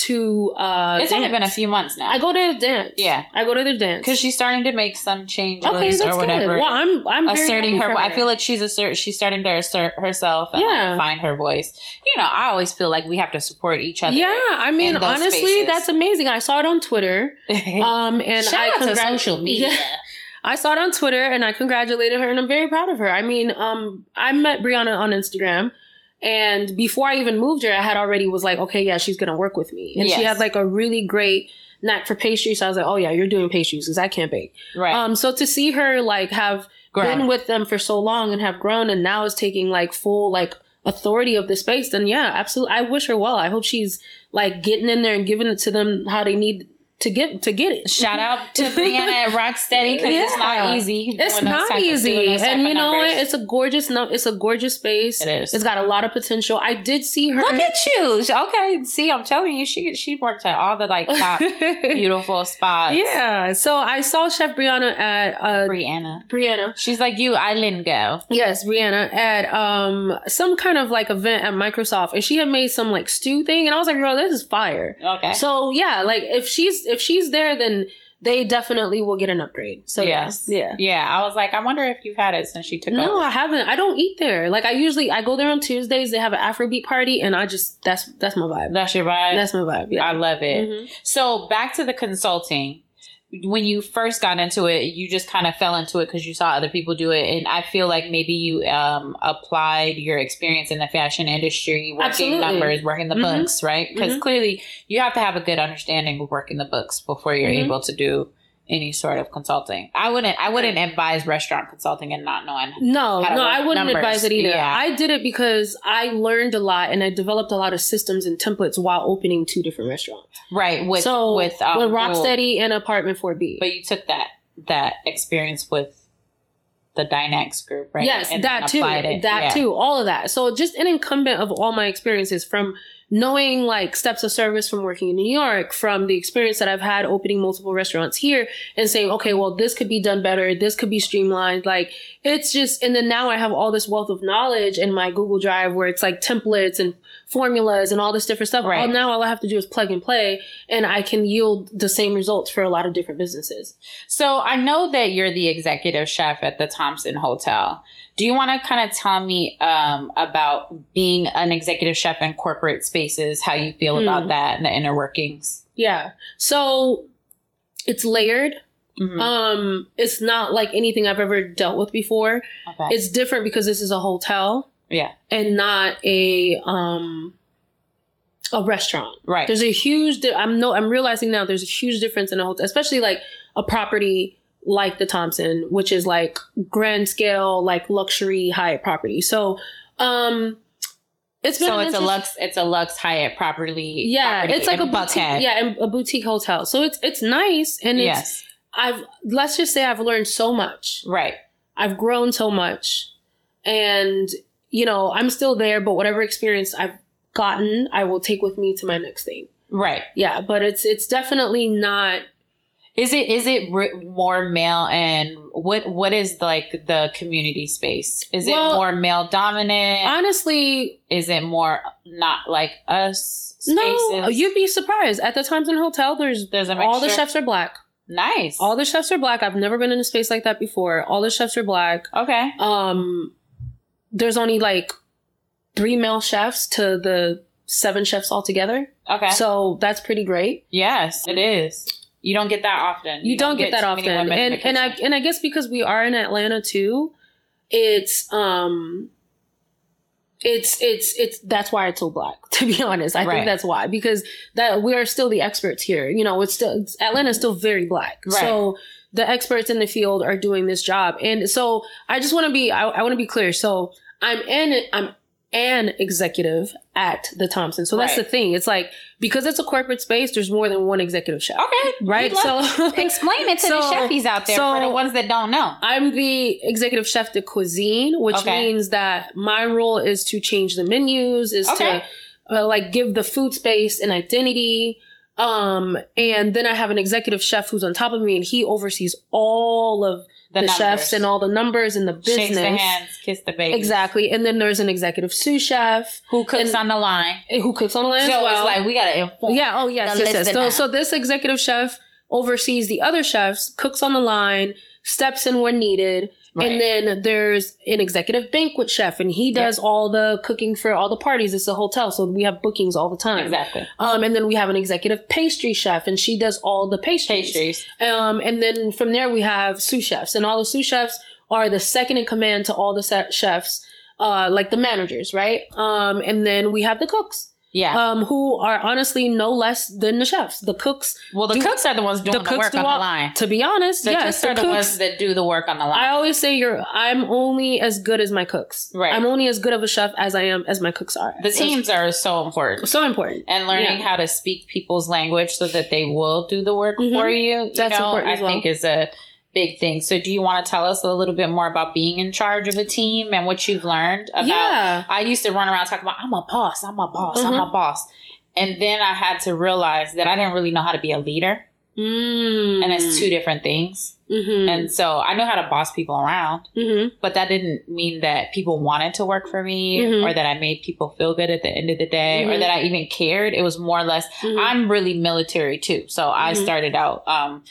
B: to uh
A: It's only
B: dance.
A: been a few months now.
B: I go there to dance.
A: Yeah.
B: I go to their dance.
A: because she's starting to make some changes
B: Okay, that's
A: or whatever.
B: good. Well, I'm I'm very
A: asserting
B: happy
A: her.
B: for
A: I feel like she's assert. She's starting to assert herself and like,
B: Yeah.
A: find her voice. You know, I always feel like we have to support each other.
B: yeah.
A: (laughs)
B: I mean,
A: those
B: honestly,
A: spaces.
B: that's amazing. I saw it on Twitter. Um, and
A: Shout
B: I
A: out to
B: congrat-
A: social media.
B: Yeah. I saw it on Twitter, and I congratulated her, and I'm very proud of her. I mean, um, I met Brianna on Instagram, and before I even moved here, I had already was like, okay, yeah, she's gonna work with me, and she
A: Yes.
B: had like a really great knack for pastries. So I was like, oh yeah, you're doing pastries because I can't bake.
A: Right.
B: Um, so to see her like have
A: Grown.
B: been with them for so long and have grown and now is taking like full like authority of the space, then yeah, absolutely. I wish her well. I hope she's like getting in there and giving it to them how they need to get to get it.
A: Shout out to (laughs) Brianna at Rocksteady because it's not
B: Yeah.
A: easy.
B: It's
A: doing those
B: not
A: type of- doing
B: easy,
A: those type
B: and
A: of
B: you know what?
A: numbers.
B: It's a gorgeous no. It's a gorgeous space.
A: It is.
B: It's got a lot of potential. I did see her. (laughs)
A: Look at you. (laughs) Okay, see, I'm telling you, she she worked at all the like (laughs) top beautiful spots.
B: yeah. So I saw Chef Brianna at uh,
A: Brianna.
B: Brianna.
A: She's like you, island girl.
B: Yes, Rihanna at um some kind of like event at Microsoft, and she had made some like stew thing, and I was like, "Girl, this is fire!"
A: Okay.
B: So yeah, like if she's if she's there, then they definitely will get an upgrade. So yes,
A: yes.
B: yeah.
A: Yeah. I was like, I wonder if you've had it since she took
B: No,
A: over.
B: I haven't. I don't eat there. Like I usually I go there on Tuesdays. They have an Afrobeat party, and I just that's that's my vibe.
A: That's your vibe.
B: That's my vibe.
A: I
B: Yeah.
A: love it.
B: Mhm.
A: So back to the consulting. When you first got into it, you just kind of fell into it because you saw other people do it, and I feel like maybe you um, applied your experience in the fashion industry, working
B: Absolutely.
A: numbers, working the
B: Mhm.
A: books, right? Because
B: Mhm.
A: clearly you have to have a good understanding of working the books before you're
B: Mhm.
A: able to do any sort of consulting. I wouldn't. I wouldn't advise restaurant consulting and not knowing.
B: No,
A: How to
B: no,
A: work
B: I wouldn't
A: numbers.
B: advise it either.
A: Yeah.
B: I did it because I learned a lot and I developed a lot of systems and templates while opening two different restaurants.
A: Right with
B: so
A: with um,
B: with
A: well,
B: Rocksteady and Apartment 4B.
A: But you took that that experience with the Dynax group, right?
B: Yes,
A: And
B: that too.
A: applied it.
B: That
A: Yeah.
B: too. All of that. So just an incumbent of all my experiences from knowing like steps of service from working in New York, from the experience that I've had opening multiple restaurants here and saying, okay, well, this could be done better. This could be streamlined. Like it's just, and then now I have all this wealth of knowledge in my Google Drive where it's like templates and formulas and all this different stuff.
A: Right.
B: All, now all I have to do is plug and play and I can yield the same results for a lot of different businesses.
A: So I know that you're the executive chef at the Thompson Hotel. Do you want to kind of tell me um, about being an executive chef in corporate spaces, how you feel about
B: Mm.
A: that and the inner workings?
B: Yeah. So it's layered.
A: Mhm.
B: Um, it's not like anything I've ever dealt with before.
A: Okay.
B: It's different because this is a hotel
A: Oh. Yeah,
B: and not a um a restaurant.
A: right.
B: There's a huge. Di- I'm no. I'm realizing now. There's a huge difference in a hotel, especially like a property like the Thompson, which is like grand scale, like luxury Hyatt property. So, um, it's been
A: so
B: an
A: it's a
B: interest-
A: lux, it's a lux Hyatt property.
B: Yeah,
A: property
B: it's like a
A: in
B: boutique.
A: Buckhead.
B: Yeah, and a boutique hotel. So it's it's nice, and it's
A: Yes,
B: I've let's just say I've learned so much.
A: right.
B: I've grown so much. And you know, I'm still there, but whatever experience I've gotten, I will take with me to my next thing.
A: Right.
B: Yeah, but it's it's definitely not
A: Is it is it re- more male and what what is like the community space? Is
B: Well,
A: it more male dominant?
B: honestly
A: is it more not like us spaces?
B: no you'd be surprised. At the Thompson Hotel there's
A: There's a
B: all the
A: mixture?
B: chefs are black.
A: Nice.
B: All the chefs are black. I've never been in a space like that before. All the chefs are black.
A: okay.
B: Um there's only like three male chefs to the seven chefs altogether.
A: Okay.
B: So that's pretty great.
A: yes, it is. You don't get that often.
B: you, don't get, that
A: too many
B: often
A: women in
B: and
A: the
B: and i
A: kitchen.
B: and i guess because we are in atlanta too it's um it's it's it's that's why it's so black (laughs) to be honest i
A: Right.
B: think that's why because that we are still the experts here you know it's still it's, atlanta's still very black
A: Right.
B: so the experts in the field are doing this job and so i just want to be i, I want to be clear so i'm in i'm an executive at the thompson so that's
A: Right.
B: the thing it's like because it's a corporate space there's more than one executive chef
A: okay.
B: right
A: We'd Oh, love-
B: so (laughs)
A: explain it to the
B: So-
A: chefies out there for
B: so-
A: the ones that don't know.
B: I'm the executive chef de cuisine, which
A: Okay.
B: means that my role is to change the menus, is
A: Okay.
B: to uh, like give the food space an identity. Um, and then I have an executive chef who's on top of me, and he oversees all of the,
A: numbers.
B: chefs and all the numbers and the business.
A: Shakes the hands, kiss the baby.
B: Exactly. And then there's an executive sous chef
A: Who cooks
B: And-
A: on the line?
B: who cooks on
A: So
B: the line as well.
A: it's like we gotta inform.
B: Yeah. Oh, yes.
A: the
B: yes, yes. So,
A: listener.
B: so this executive chef oversees the other chefs, cooks on the line, steps in when needed,
A: Right.
B: and then there's an executive banquet chef, and he does all the cooking for all the parties. It's a hotel, so we have bookings all the time.
A: exactly.
B: Um, and then we have an executive pastry chef, and she does all the pastries.
A: Pastries.
B: Um, and then from there we have sous chefs, and all the sous chefs are the second in command to all the se- chefs, uh, like the managers, right? Um, and then we have the cooks
A: Yeah.
B: um, who are honestly no less than the chefs, the cooks.
A: well, the
B: do-
A: cooks are the ones doing the,
B: cooks
A: work
B: do
A: on
B: all-
A: the line.
B: To be honest,
A: The
B: yes,
A: cooks
B: the
A: are the ones
B: cooks.
A: that do the work on the line.
B: I always say you're. I'm only as good as my cooks.
A: Right.
B: I'm only as good of a chef as I am as my cooks are.
A: the
B: That's
A: teams are so important.
B: so important.
A: And learning
B: Yeah.
A: how to speak people's language so that they will do the work
B: Mhm.
A: for you, you
B: That's
A: know,
B: important
A: I
B: as well.
A: think is a big thing. So do you want to tell us a little bit more about being in charge of a team and what you've learned about
B: yeah.
A: I used to run around talking about I'm a boss, I'm a boss, I'm
B: Mhm.
A: a boss. And then I had to realize that I didn't really know how to be a leader.
B: Mm.
A: And it's two different things.
B: Mm-hmm.
A: And so I know how to boss people around.
B: mm-hmm.
A: but that didn't mean that people wanted to work for me
B: Mhm.
A: or that I made people feel good at the end of the day or
B: Mhm.
A: that I even cared. It was more or less,
B: Mm-hmm.
A: I'm really military too. So I
B: Mhm.
A: started out, um,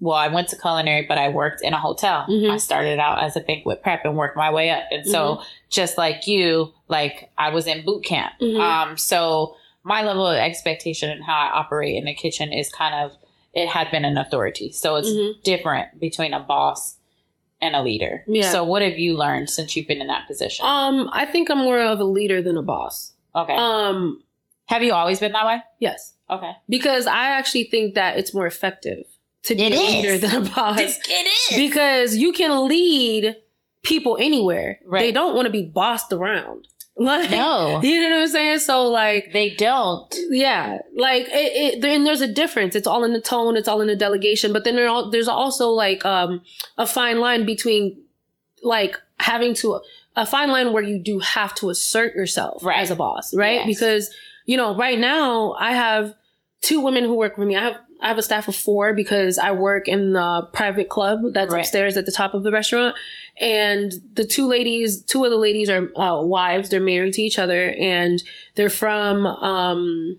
A: well, I went to culinary, but I worked in a hotel.
B: Mhm.
A: I started out as a banquet prep and worked my way up. And so, just like you, like I was in boot camp.
B: Mhm.
A: Um, so, my level of expectation and how I operate in the kitchen is kind of, it had been an authority. So, it's
B: Mhm.
A: different between a boss and a leader.
B: Yeah.
A: So what have you learned since you've been in that position?
B: Um, I think I'm more of a leader than a boss.
A: okay.
B: Um,
A: have you always been that way?
B: yes, (laughs)
A: Okay.
B: because I actually think that it's more effective to be
A: It
B: a
A: is.
B: leader than a boss.
A: it
B: because you can lead people anywhere.
A: Right.
B: They don't want to be bossed around. (laughs) Like,
A: No.
B: you know what I'm saying? So like,
A: They don't.
B: yeah, like it, it, there, and there's a difference. It's all in the tone. It's all in the delegation. But then there all, there's also like um, a fine line between like having to a fine line where you do have to assert yourself
A: Right.
B: as a boss, right?
A: Yes.
B: Because you know, right now I have two women who work for me. I have I have a staff of four because I work in the private club that's
A: Right.
B: upstairs at the top of the restaurant. And the two ladies, two of the ladies are uh, wives. They're married to each other, and they're from um,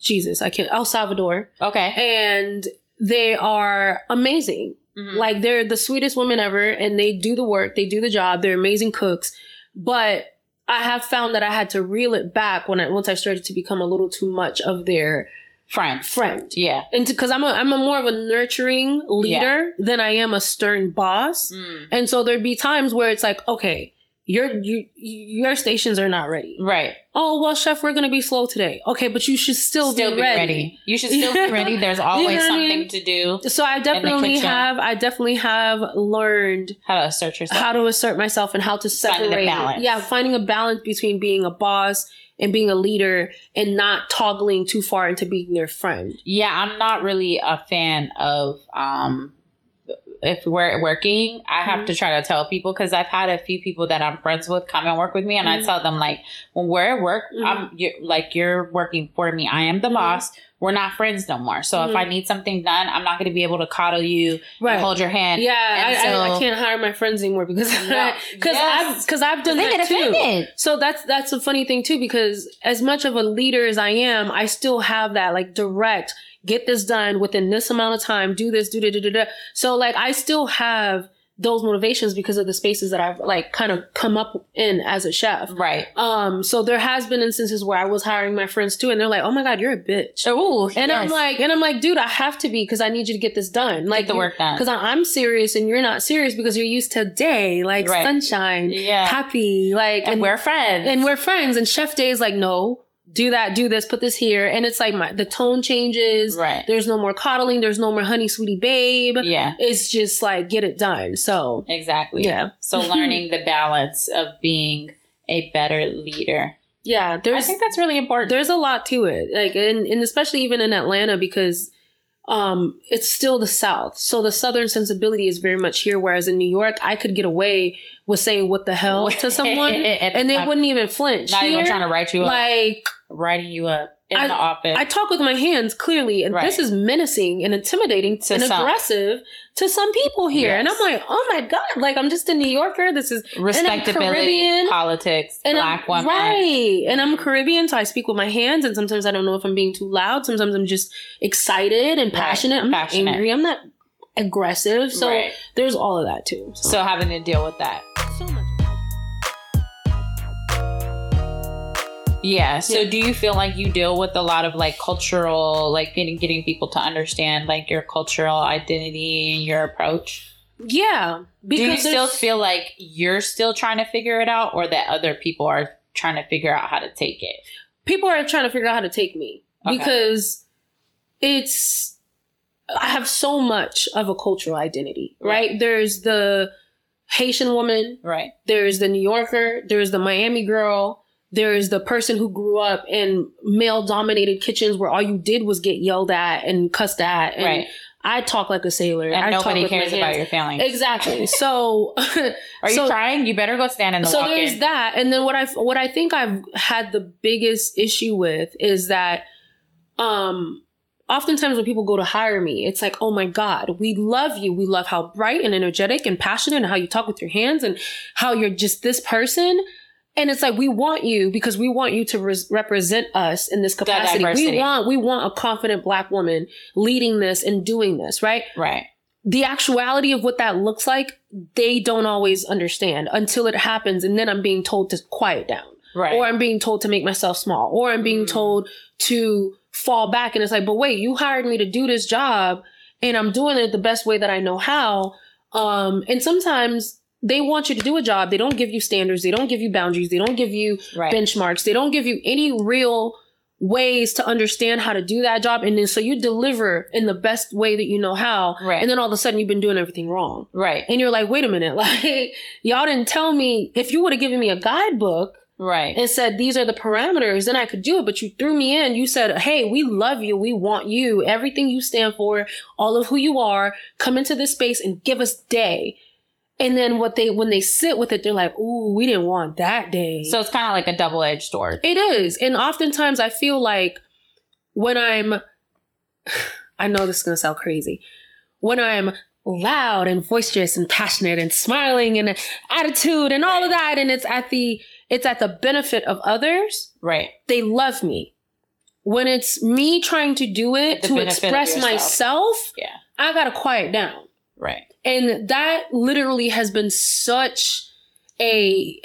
B: Jesus. I can't El Salvador,
A: Okay.
B: and they are amazing.
A: Mhm.
B: Like they're the sweetest women ever and they do the work, they do the job, they're amazing cooks. But I have found that I had to reel it back when I once I started to become a little too much of their
A: friends.
B: friend.
A: Yeah.
B: And because I'm a I'm a more of a nurturing leader than I am a stern boss. And so there'd be times where it's like, okay, your you, your stations are not ready.
A: Right.
B: Oh well, chef, we're gonna be slow today. Okay, but you should still, be, ready.
A: You
B: (laughs)
A: should still be ready. There's always
B: what I
A: something
B: mean?
A: to do.
B: So I definitely
A: kitchen.
B: have I definitely have learned
A: How to assert yourself.
B: how to assert myself and how to
A: Finding a
B: separate.
A: balance.
B: Yeah, finding a balance between being a boss and being a leader and not toggling too far into being their friend.
A: yeah, I'm not really a fan of um if we're working, I have
B: Mhm.
A: to try to tell people because I've had a few people that I'm friends with come and work with me, and I
B: Mhm.
A: tell them like, when we're at work,
B: Mhm.
A: I'm you're, like you're working for me. I am the
B: Mhm.
A: boss. We're not friends no more. So if
B: Mhm.
A: I need something done, I'm not going to be able to coddle you, and hold your hand.
B: Yeah,
A: and
B: I, I,
A: so-
B: I can't hire my friends anymore because
A: (laughs)
B: because (laughs)
A: No. Yes.
B: I've because I've done
A: They get
B: that too.
A: offended.
B: So that's that's a funny thing too because as much of a leader as I am, I still have that like direct get this done within this amount of time, do this, do da da da da. So like I still have those motivations because of the spaces that I've like kind of come up in as a chef.
A: Right.
B: Um, so there has been instances where I was hiring my friends too, and they're like, "Oh my god, you're a bitch,"
A: Ooh,
B: and I'm
A: yes.
B: like, and I'm like, dude, I have to be because I need you to get this done, like
A: Get the work done.
B: because I'm serious and you're not serious because you're used to day, like
A: Right.
B: sunshine,
A: Yeah.
B: happy, like
A: and, we're friends.
B: and we're friends. And Chef Day is like, no, do that, do this, put this here, and it's like my the tone changes.
A: right.
B: There's no more coddling. There's no more honey, sweetie, babe.
A: Yeah.
B: It's just like get it done. So
A: Exactly.
B: yeah, (laughs)
A: So learning the balance of being a better leader.
B: yeah.
A: I
B: There's
A: think that's really important.
B: there's a lot to it like and, and especially even in atlanta because um it's still the south so the southern sensibility is very much here whereas in new york i could get away with saying what the hell
A: (laughs)
B: to someone and they
A: I'm
B: wouldn't even flinch
A: not even
B: Here,
A: trying to write you up,
B: like
A: writing you up in
B: I-
A: the office.
B: i talk with my hands clearly and
A: Right.
B: this is menacing and intimidating
A: To
B: and
A: some.
B: aggressive to some people here and i'm
A: Yes.
B: like oh my god like i'm just a new yorker this is
A: Respectability,
B: Caribbean,
A: politics, black
B: I'm,
A: woman.
B: Right. And I'm Caribbean, so I speak with my hands, and sometimes I don't know if I'm being too loud. Sometimes I'm just excited and
A: Right.
B: passionate. I'm
A: Passionate.
B: not angry. I'm not aggressive. So
A: Right.
B: there's all of that too.
A: So having to deal with that.
B: so much.
A: Yeah. So
B: Yeah.
A: do you feel like you deal with a lot of like cultural, like getting getting people to understand like your cultural identity and your approach?
B: Yeah.
A: do you
B: Because
A: still
B: there's-
A: feel like you're still trying to figure it out or that other people are trying to figure out how to take it
B: people are trying to figure out how to take me
A: Okay.
B: because it's I have so much of a cultural identity, right? There's the Haitian woman,
A: right
B: there's the New Yorker, there's the Miami girl, there's the person who grew up in male dominated kitchens where all you did was get yelled at and cussed at. And
A: right
B: I talk like a sailor.
A: and
B: I talk
A: nobody
B: with my
A: cares about
B: hands.
A: your feelings
B: Exactly. So (laughs)
A: are you
B: so-
A: trying you better go stand in the
B: so
A: walk-in.
B: there's that and then what i what i think i've had the biggest issue with is that um oftentimes when people go to hire me it's like oh my god we love you we love how bright and energetic and passionate and how you talk with your hands and how you're just this person and it's like we want you because we want you to res- represent us in this capacity.
A: diversity.
B: We want we want a confident black woman leading this and doing this, right?
A: right
B: the actuality of what that looks like, they don't always understand until it happens. And then I'm being told to quiet down,
A: right
B: or I'm being told to make myself small, or I'm being
A: Mm.
B: told to fall back. And it's like, but wait, you hired me to do this job and I'm doing it the best way that I know how. Um, and sometimes they want you to do a job. They don't give you standards. They don't give you boundaries. They don't give you
A: right
B: benchmarks. They don't give you any real ways to understand how to do that job. And then so you deliver in the best way that you know how.
A: Right.
B: And then all of a sudden you've been doing everything wrong.
A: right
B: And you're like, wait a minute, (laughs) like y'all didn't tell me if you would have given me a guidebook
A: right
B: and said these are the parameters, then I could do it. But you threw me in. You said, hey, we love you. We want you. Everything you stand for, all of who you are, come into this space and give us day. And then what they when they sit with it, they're like, ooh, we didn't want that day.
A: so it's kind of like a double-edged sword
B: It is. And oftentimes I feel like when I'm, (sighs) I know this is going to sound crazy, when I'm loud and boisterous and passionate and smiling and attitude and all of that, and it's at the, it's at the benefit of others,
A: right
B: they love me. When it's me trying to do it
A: The
B: to
A: benefit of
B: express
A: yourself.
B: myself,
A: Yeah.
B: I got to quiet down.
A: Right.
B: And that literally has been such a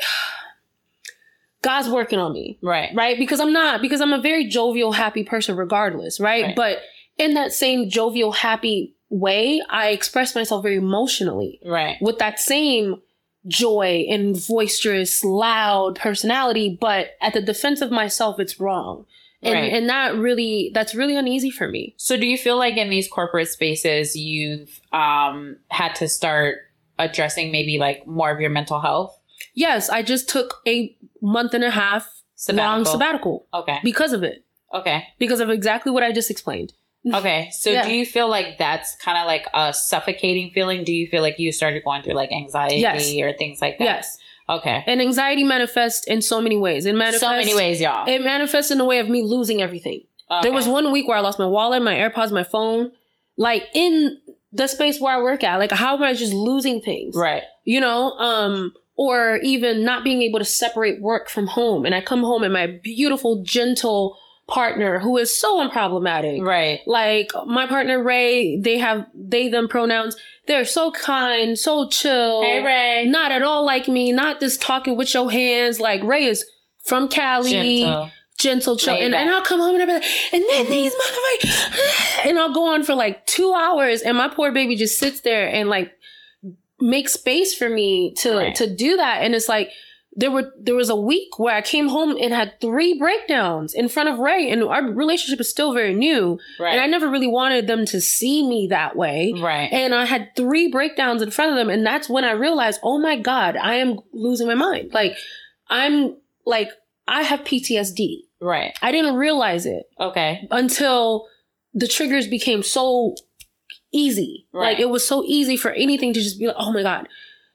B: (sighs) God's working on me.
A: Right.
B: Right? Because I'm not, because I'm a very jovial, happy person regardless, right?
A: Right.
B: But in that same jovial, happy way, I express myself very emotionally
A: Right.
B: with that same joy and boisterous, loud personality, but at the defense of myself, it's wrong. And,
A: Right.
B: and that really, that's really uneasy for me.
A: So, do you feel like in these corporate spaces, you've um, had to start addressing maybe like more of your mental health?
B: Yes, I just took a month and a half long sabbatical
A: Okay.
B: because of it,
A: Okay.
B: because of exactly what I just explained.
A: Okay. So,
B: Yeah.
A: do you feel like that's kind of like a suffocating feeling? Do you feel like you started going through like anxiety
B: Yes.
A: or things like that?
B: Yes.
A: Okay.
B: And anxiety manifests in so many ways. It manifests
A: so many ways, y'all.
B: It manifests in the way of me losing everything.
A: Okay.
B: There was one week where I lost my wallet, my AirPods, my phone, like in the space where I work at. Like how am I just losing things?
A: right.
B: You know, um, or even not being able to separate work from home. And I come home and my beautiful, gentle partner who is so unproblematic.
A: Right.
B: Like my partner Ray, they have they them pronouns. They're so kind, so chill
A: Hey, Ray.
B: not at all like me, not this talking with your hands. Like Ray is from Cali, gentle,
A: Gentle.
B: chill.
A: Laid
B: And,
A: back.
B: and
A: Mm-hmm.
B: I'll come home and I'll be like, and then these motherfuckers. And I'll go on for like two hours and my poor baby just sits there and like makes space for me to
A: Right.
B: to do that. And it's like there were there was a week where I came home and had three breakdowns in front of Ray and our relationship is still very new. And I
A: Right. Mm-hmm.
B: never really wanted them to see me that way.
A: right.
B: And I had three breakdowns in front of them. And that's when I realized, oh my God, I am losing my mind. Like, I'm like, I have PTSD.
A: right.
B: I didn't realize it
A: Okay.
B: until the triggers became so easy.
A: Right.
B: Like, it was so easy for anything to just be like, oh my God.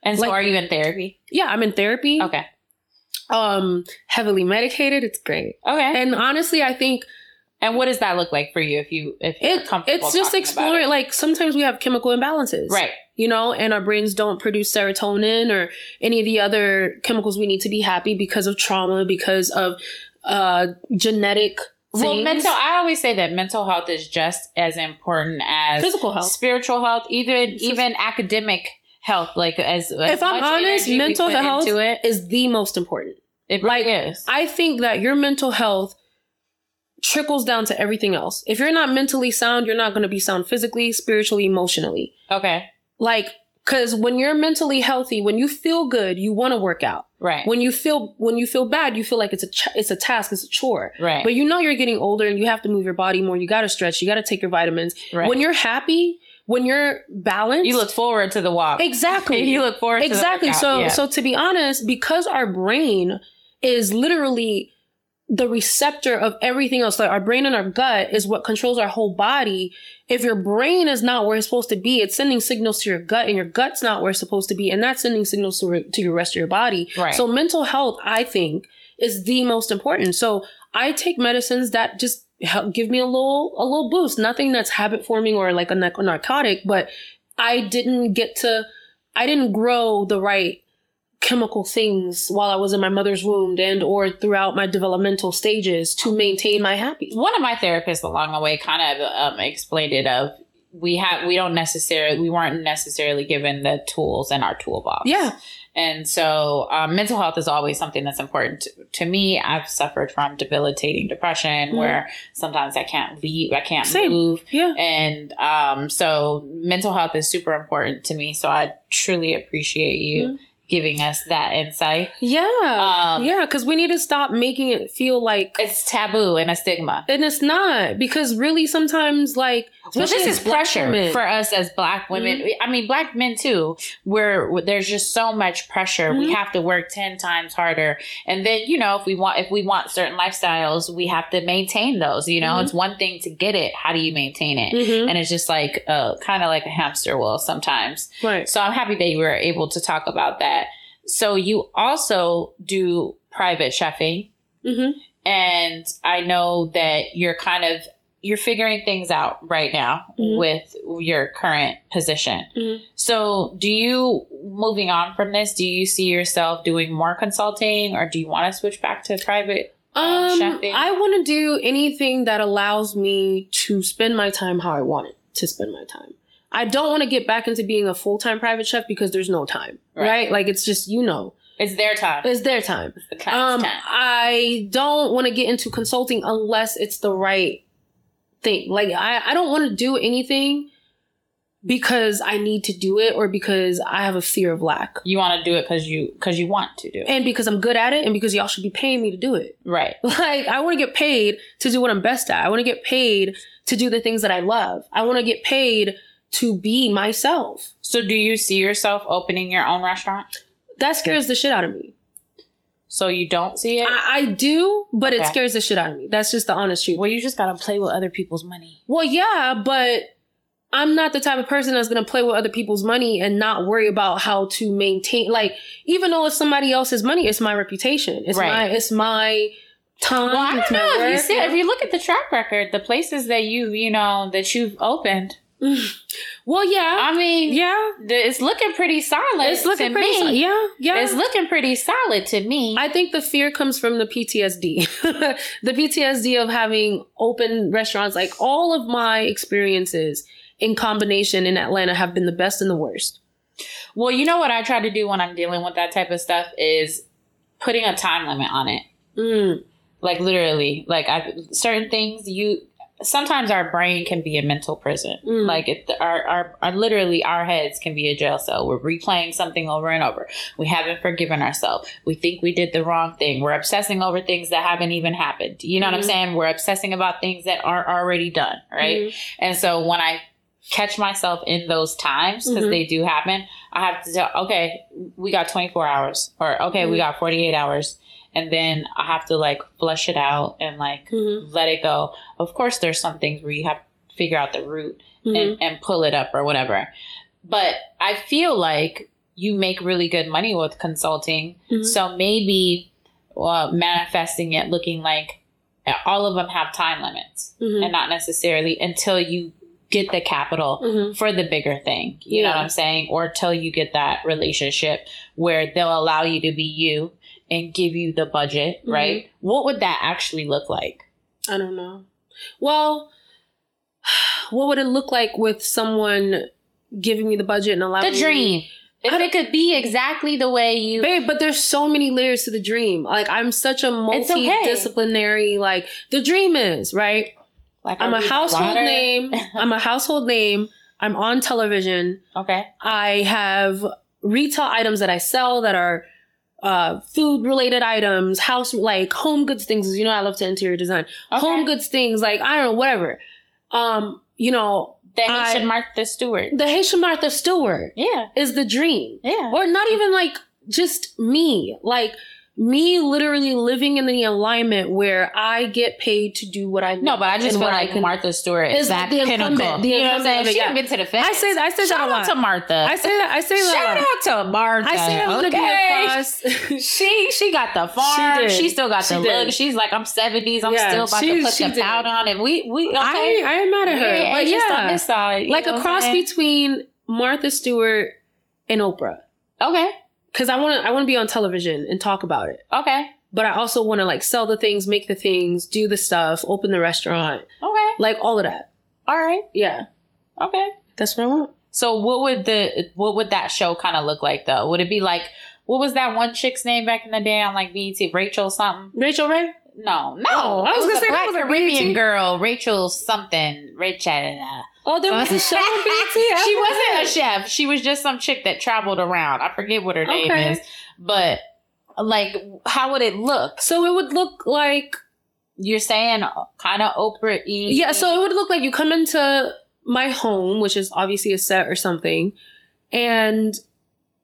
A: And so,
B: Like-
A: are you in therapy?
B: Yeah, I'm in therapy.
A: Okay.
B: Um, heavily medicated. It's great.
A: Okay.
B: And honestly, I think
A: And what does that look like for you if you if you're
B: it,
A: comfortable
B: it's
A: talking
B: just
A: about it?
B: exploring, like, sometimes we have chemical imbalances.
A: Right.
B: you know, and our brains don't produce serotonin or any of the other chemicals we need to be happy because of trauma, because of uh, genetic
A: Well,
B: things.
A: mental. I always say that mental health is just as important as
B: physical health.
A: spiritual health, even
B: Phys-
A: even academic health. Like as as
B: If I'm
A: much
B: honest,
A: energy we
B: mental
A: put
B: health
A: into it,
B: is the most important.
A: it
B: like,
A: really is.
B: I think that your mental health trickles down to everything else. If you're not mentally sound, you're not going to be sound physically, spiritually, emotionally.
A: okay,
B: Like, because when you're mentally healthy, when you feel good, you want to work out.
A: right,
B: When you feel when you feel bad, you feel like it's a ch- it's a task, it's a chore.
A: right,
B: But you know you're getting older and you have to move your body more. You got to stretch. You got to take your vitamins.
A: right.
B: When you're happy, when you're balanced,
A: you look forward to the walk.
B: exactly.
A: (laughs) You look forward to the
B: exactly.
A: workout.
B: So
A: Yeah.
B: so to be honest, because our brain is literally the receptor of everything else. Like our brain and our gut is what controls our whole body. If your brain is not where it's supposed to be, it's sending signals to your gut, and your gut's not where it's supposed to be, and that's sending signals to, to your rest of your body.
A: right,
B: So mental health, I think, is the most important. So I take medicines that just help give me a little a little boost. Nothing that's habit forming or like a narc- narcotic, but I didn't get to I didn't grow the right chemical things while I was in my mother's womb and or throughout my developmental stages to maintain my happy.
A: one of my therapists along the way kind of um, explained it of we have we don't necessarily we weren't necessarily given the tools in our toolbox
B: Yeah.
A: and so um, mental health is always something that's important to, to me i've suffered from debilitating depression
B: Mhm.
A: where sometimes i can't leave i can't
B: Same.
A: move
B: Yeah.
A: and um, so mental health is super important to me so i truly appreciate you
B: Mhm.
A: giving us that insight
B: Yeah.
A: um,
B: yeah, cuz we need to stop making it feel like
A: it's taboo and a stigma
B: and it's not because really sometimes like
A: Well, this
B: especially
A: is
B: black
A: pressure
B: women- Mm-hmm.
A: for us as black women. I mean, black men too, where there's just so much pressure. We
B: Mhm.
A: have to work 10 times harder. And then, you know, if we want, if we want certain lifestyles, we have to maintain those, you know,
B: Mhm.
A: it's one thing to get it. How do you maintain it?
B: Mhm.
A: And it's just like, uh, kind of like a hamster wheel sometimes.
B: Right.
A: So I'm happy that you were able to talk about that. So you also do private chefing
B: hmm
A: and I know that you're kind of you're figuring things out right now
B: Mhm.
A: with your current position.
B: Mhm.
A: So, do you moving on from this? Do you see yourself doing more consulting, or do you want to switch back to private?
B: Um,
A: chefing?
B: I want to do anything that allows me to spend my time how I want it to spend my time. I don't want to get back into being a full time private chef because there's no time,
A: Right.
B: right. Like it's just you know,
A: It's their time.
B: it's their time.
A: It's the class
B: Um,
A: time.
B: I don't want to get into consulting unless it's the right thing. Like I, I don't want to do anything because I need to do it or because I have a fear of lack.
A: You want to do it because you because you want to do it.
B: And because I'm good at it and because y'all should be paying me to do it.
A: Right.
B: Like, I want to get paid to do what I'm best at. I want to get paid to do the things that I love. I want to get paid to be myself.
A: So do you see yourself opening your own restaurant?
B: That scares the shit out of me.
A: So you don't see it?
B: I, I do, but it
A: Okay.
B: scares the shit out of me. That's just the honest truth.
A: well, you just gotta play with other people's money.
B: Well, yeah, but I'm not the type of person that's going to play with other people's money and not worry about how to maintain. Like, even though it's somebody else's money, it's my reputation. It's
A: Right.
B: my, it's my time.
A: Well, I
B: it's
A: don't
B: my
A: know if you
B: work.
A: see. If you look at the track record, the places that you you know that you've opened,
B: Well, yeah,
A: I mean,
B: yeah,
A: the, it's looking pretty solid.
B: it's looking
A: to
B: pretty.
A: me.
B: so- yeah, yeah.
A: It's looking pretty solid to me.
B: I think the fear comes from the PTSD. (laughs) the PTSD of having open restaurants, like all of my experiences in combination in Atlanta have been the best and the worst.
A: well, you know what I try to do when I'm dealing with that type of stuff is putting a time limit on it. Mm-hmm.
B: Mm.
A: Like literally, like I certain things you sometimes our brain can be a mental prison.
B: Mm.
A: Like it, our, our our literally our heads can be a jail cell. We're replaying something over and over. We haven't forgiven ourselves. We think we did the wrong thing. We're obsessing over things that haven't even happened. You know what I'm
B: Mhm.
A: saying? We're obsessing about things that aren't already done, right?
B: Mm.
A: And so when I catch myself in those times, because
B: Mhm.
A: they do happen, I have to tell, okay, we got 24 hours, or okay, we
B: Mhm.
A: got 48 hours. And then I have to like flush it out and like
B: Mhm.
A: let it go. Of course, there's some things where you have to figure out the root
B: Mhm.
A: and, and pull it up or whatever. But I feel like you make really good money with consulting.
B: Mhm.
A: So maybe uh, manifesting it looking like all of them have time limits
B: Mhm.
A: and not necessarily until you get the capital
B: Mhm.
A: for the bigger thing. You know
B: Yeah.
A: what I'm saying? Or till you get that relationship where they'll allow you to be you and give you the budget,
B: Mhm.
A: right? What would that actually look like?
B: I don't know. Well, (sighs) what would it look like with someone giving me the budget and allowing
A: the
B: me-
A: dream. If it could be exactly the way you
B: Babe, but there's so many layers to the dream. Like I'm such a
A: It's okay.
B: multidisciplinary. Like the dream is right.
A: like
B: I'm
A: are
B: a
A: we
B: household
A: water? (laughs)
B: name. I'm a household name. I'm on television.
A: Okay.
B: I have retail items that I sell that are uh, food related items, house like home goods things. You know, I love to interior design.
A: okay.
B: Home goods things, like I don't know, whatever. Um, you know,
A: The
B: I-
A: Haitian Mark the Stewart.
B: the Haitian Martha Stewart
A: Yeah.
B: is the dream,
A: Yeah.
B: or not even like just me, like me literally living in the alignment where I get paid to do what I
A: No, but I just
B: and
A: feel
B: what I
A: like
B: can-
A: Martha Stewart is
B: Is
A: that
B: the incumbent,
A: pinnacle.
B: the
A: you know what I'm
B: incumbent,
A: saying? She
B: yeah.
A: done been to the fence.
B: I say I say
A: Shout
B: that a
A: out
B: lot.
A: to Martha.
B: I say that I say that a
A: Shout
B: lot.
A: out to Martha.
B: I say I want
A: (laughs)
B: to
A: okay.
B: be a boss.
A: She she got the farm. She,
B: did.
A: still got the
B: She did.
A: look. She's like I'm 70s. I'm
B: Yeah,
A: still about to
B: she-
A: put
B: she
A: the
B: did.
A: pound on, and we we okay.
B: I ain't, I ain't mad at her.
A: Yeah,
B: but
A: it's just on
B: yeah,
A: this side, you
B: like
A: know what
B: a
A: I'm
B: cross
A: saying?
B: between Martha Stewart and Oprah.
A: Okay,
B: Cause I want to, I want to be on television and talk about it,
A: okay,
B: but I also want to like sell the things, make the things, do the stuff, open the restaurant,
A: okay,
B: like all of that.
A: all right,
B: Yeah,
A: okay.
B: that's what I want.
A: So what would the what would that show kind of look like though? Would it be like what was that one chick's name back in the day on like BET? Rachel something?
B: Rachel Ray.
A: No, no.
B: Oh, I
A: It
B: was gonna
A: a
B: say that E
A: black
B: was a
A: Caribbean
B: BET.
A: girl, Rachel something, Rich and uh,
B: Oh, there was a show on
A: (laughs)
B: BT.
A: she wasn't a chef. She was just some chick that traveled around. I forget what her name
B: Okay.
A: is, but like, how would it look?
B: So it would look like
A: You're saying kind of Oprah y.
B: yeah. So it would look like you come into my home, which is obviously a set or something, and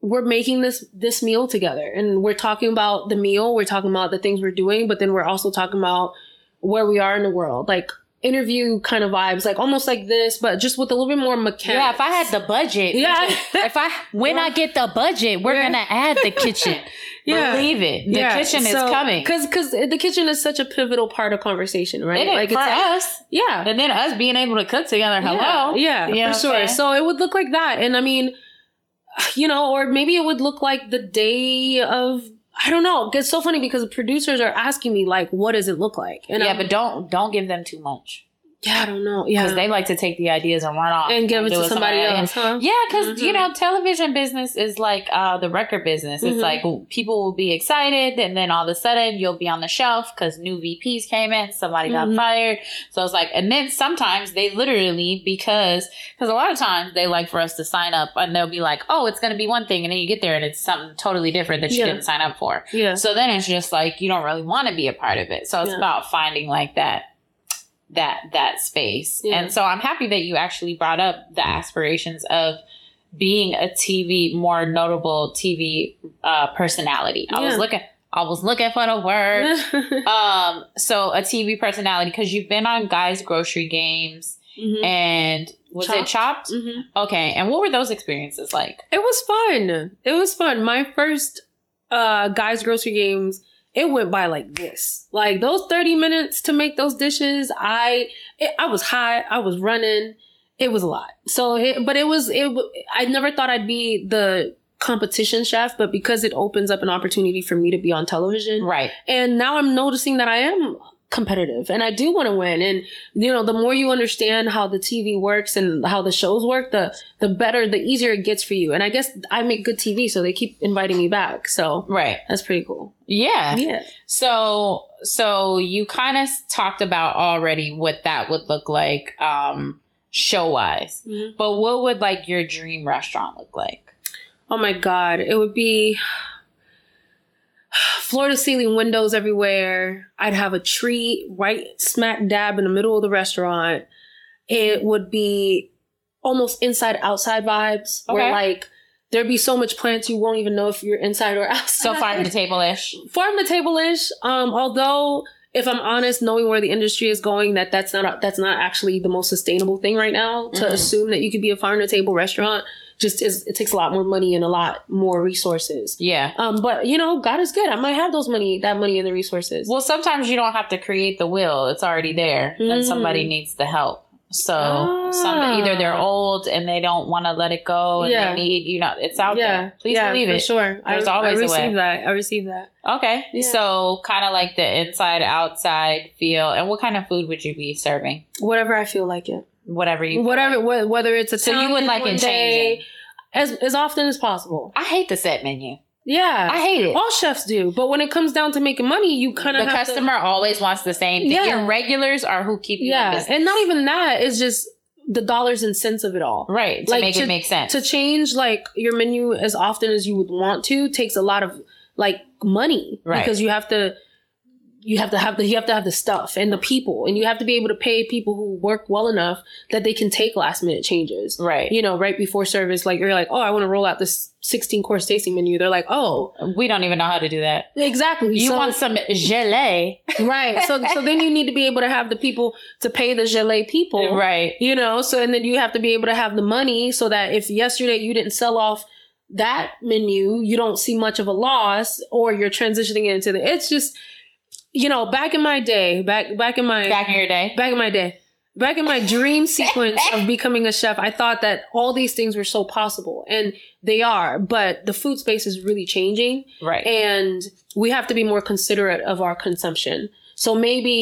B: we're making this this meal together, and we're talking about the meal. We're talking about the things we're doing, but then we're also talking about where we are in the world, like interview kind of vibes, like almost like this, but just with a little bit more mechanics.
A: yeah. If I had the budget,
B: yeah,
A: (laughs) If I when I get the budget, we're
B: Yeah.
A: gonna add the kitchen.
B: (laughs) Yeah.
A: Believe it, the kitchen is coming.
B: because because the kitchen is such a pivotal part of conversation, right?
A: It is for us,
B: yeah,
A: and then us being able to cook together. Hello,
B: Yeah,
A: You know
B: yeah
A: what
B: for
A: I'm saying?
B: sure. So it would look like that. And I mean, (sighs) you know, or maybe it would look like the day of, I don't know. It's so funny because producers are asking me, like, what does it look like? And
A: yeah,
B: I'm-
A: but don't don't give them too much.
B: Yeah, I don't know. Yeah.
A: because they like to take the ideas and run off
B: and give it
A: do
B: to somebody else, huh?
A: Yeah, because
B: Mhm.
A: you know, television business is like uh, the record business. It's
B: Mhm.
A: like w- people will be excited, and then all of a sudden you'll be on the shelf because new VPs came in, somebody
B: Mhm.
A: got fired. So it's like, and then sometimes they literally because because a lot of times they like for us to sign up, and they'll be like, oh, it's going to be one thing, and then you get there and it's something totally different that you
B: Yeah.
A: didn't sign up for.
B: Yeah.
A: So then it's just like you don't really want to be a part of it. So it's
B: Yeah.
A: about finding like that that that space.
B: Yeah.
A: And so I'm happy that you actually brought up the aspirations of being a TV more notable TV uh, personality. I
B: Yeah.
A: was looking I was looking for the word.
B: (laughs) Mhm.
A: um so a TV personality cuz you've been on guys grocery games
B: Mm-hmm.
A: and was it chopped?
B: Mhm.
A: Okay. And what were those experiences like?
B: It was fun. It was fun. My first uh guys grocery games, it went by like this. Like those 30 minutes to make those dishes, I it, I was high, I was running. It was a lot. So it, but it was it w- I never thought I'd be the competition chef, but because it opens up an opportunity for me to be on television,
A: Right.
B: and now I'm noticing that I am competitive and I do want to win. And you know, the more you understand how the TV works and how the shows work, the the better, the easier it gets for you. And I guess I make good TV, so they keep inviting me back. So
A: Right.
B: that's pretty cool.
A: Yeah.
B: Yeah.
A: So, so you kind of talked about already what that would look like, um, show wise.
B: Mhm.
A: But what would like your dream restaurant look like?
B: Oh my god, it would be floor to ceiling windows everywhere. I'd have a tree right smack dab in the middle of the restaurant. It would be almost inside outside vibes where
A: Okay.
B: like there'd be so much plants you won't even know if you're inside or outside. (laughs)
A: So farm to table ish.
B: farm to table ish. Um, although if I'm honest, knowing where the industry is going, that that's not a, that's not actually the most sustainable thing right now. To
A: Mhm.
B: assume that you could be a farm to table restaurant just is it takes a lot more money and a lot more resources.
A: Yeah.
B: Um, but you know, God is good. I might have those money, that money and the resources.
A: Well, sometimes you don't have to create the wheel; it's already there,
B: Mm.
A: and somebody needs the help. So, some
B: Ah.
A: either they're old and they don't want to let it go, and
B: Yeah.
A: they need you know it's out there. Please
B: yeah,
A: believe
B: for
A: it.
B: Sure,
A: There's
B: I,
A: always
B: I
A: a
B: receive
A: way.
B: that. I receive that.
A: Okay,
B: Yeah.
A: so kind of like the inside outside feel. And what kind of food would you be serving?
B: Whatever I feel like it.
A: Whatever you
B: Whatever, wh- whether it's a
A: So you
B: town
A: would like
B: one
A: it
B: day,
A: changing.
B: as as often as possible.
A: I hate the set menu.
B: Yeah,
A: I hate it.
B: All chefs do, but when it comes down to making money, you kind of
A: the customer always wants the same thing.
B: Yeah.
A: Your regulars are who keep you yeah.
B: yeah, and not even that. It's just the dollars and cents of it all.
A: Right. To
B: Like,
A: make
B: to-
A: it make sense.
B: To change like your menu as often as you would want to takes a lot of like money
A: Right.
B: because you have to you have to have the you have to have the stuff and the people and you have to be able to pay people who work well enough that they can take last minute changes.
A: right.
B: You know, right before service, like you're like, oh, I want to roll out this 16 course tasting menu. They're like, oh,
A: we don't even know how to do that.
B: exactly.
A: You
B: So-
A: want some gelée.
B: Right. So so then you need to be able to have the people to pay the gelée
A: (laughs)
B: people.
A: Right.
B: You know, so and then you have to be able to have the money so that if yesterday you didn't sell off that menu, you don't see much of a loss or you're transitioning into the it's just you know, back in my day, back back in my
A: Back in your day.
B: back in my day back in my dream sequence
A: (laughs)
B: of becoming a chef i thought that all these things were so possible and they are but the food space is really changing
A: Right.
B: and we have to be more considerate of our consumption. So maybe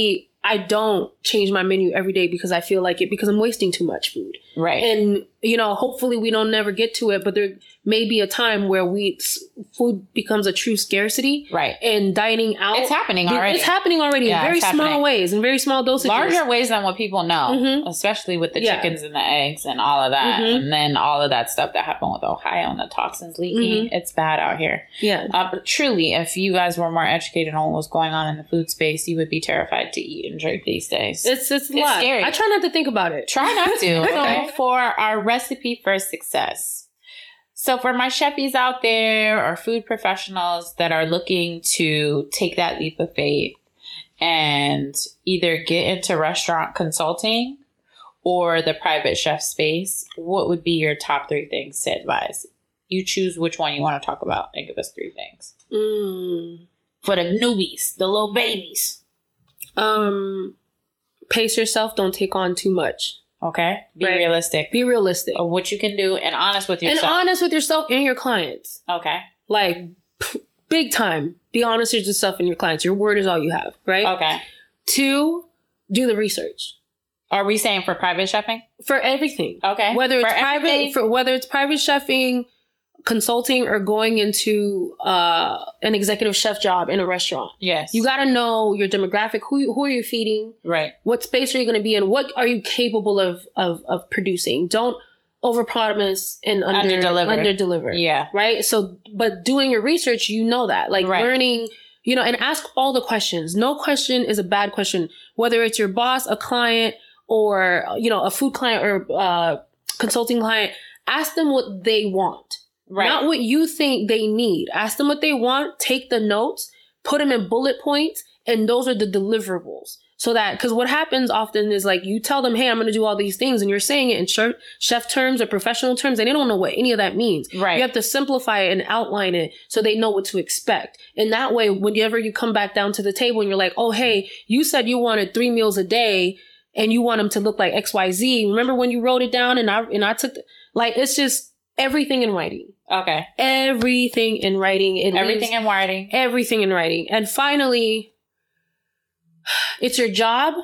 B: I don't change my menu every day because I feel like it because I'm wasting too much food.
A: right.
B: And you know, hopefully we don't never get to it, but there may be a time where we s- food becomes a true scarcity
A: right.
B: and dining out
A: It's happening already.
B: It's happening already
A: Yeah,
B: in very
A: it's
B: small
A: happening.
B: ways, in very small dosages.
A: Larger ways than what people know,
B: Mhm.
A: especially with the
B: Yeah.
A: chickens and the eggs and all of that.
B: Mhm.
A: And then all of that stuff that happened with Ohio and the toxins leaking. It's bad out here.
B: Yeah.
A: Uh, but truly, if you guys were more educated on what was going on in the food space, you would be terrified to eat and drink these days.
B: It's it's a
A: It's
B: lot.
A: scary.
B: I try not to think about it.
A: Try not to.
B: (laughs) Okay.
A: So for our recipe for success. So for my chefs out there or food professionals that are looking to take that leap of faith and either get into restaurant consulting or the private chef space, what would be your top three things to advise? You choose which one you want to talk about and give us three things.
B: Mm.
A: For the newbies, the little babies.
B: Um, pace yourself. Don't take on too much.
A: Okay. Be
B: Right.
A: realistic
B: Be realistic.
A: of what you can do and honest with
B: and
A: yourself.
B: honest with yourself and your clients.
A: okay.
B: Like (laughs) p- big time. Be honest with
A: Oh.
B: yourself and your clients. Your word is all you have, right?
A: Okay.
B: Two, do the research.
A: Are we saying for private chefing?
B: for everything.
A: Okay.
B: Whether it's
A: For
B: private,
A: everything.
B: for whether it's private chefing, consulting, or going into uh, an executive chef job in a restaurant,
A: yes.
B: you got to know your demographic. Who you- who are you feeding?
A: right.
B: What space are you going to be in? What are you capable of of, of producing? Don't overpromise and under
A: Underdeliver.
B: Under deliver
A: Yeah.
B: right? So, but doing your research, you know that, like
A: Right.
B: learning, you know, and ask all the questions. No question is a bad question, whether it's your boss, a client, or you know, a food client or uh, consulting client. Ask them what they want,
A: Right.
B: not what you think they need. Ask them what they want. Take the notes, put them in bullet points, and those are the deliverables. So that, because what happens often is like you tell them, "Hey, I'm going to do all these things," and you're saying it in chef, chef terms or professional terms, and they don't know what any of that means.
A: right.
B: You have to simplify it and outline it so they know what to expect. And that way, whenever you come back down to the table and you're like, oh, hey, you said you wanted three meals a day and you want them to look like XYZ. Remember when you wrote it down and I, and I took, the, like, it's just everything in writing,
A: okay.
B: everything in writing. It
A: Everything
B: leaves
A: in writing.
B: everything in writing. And finally, it's your job,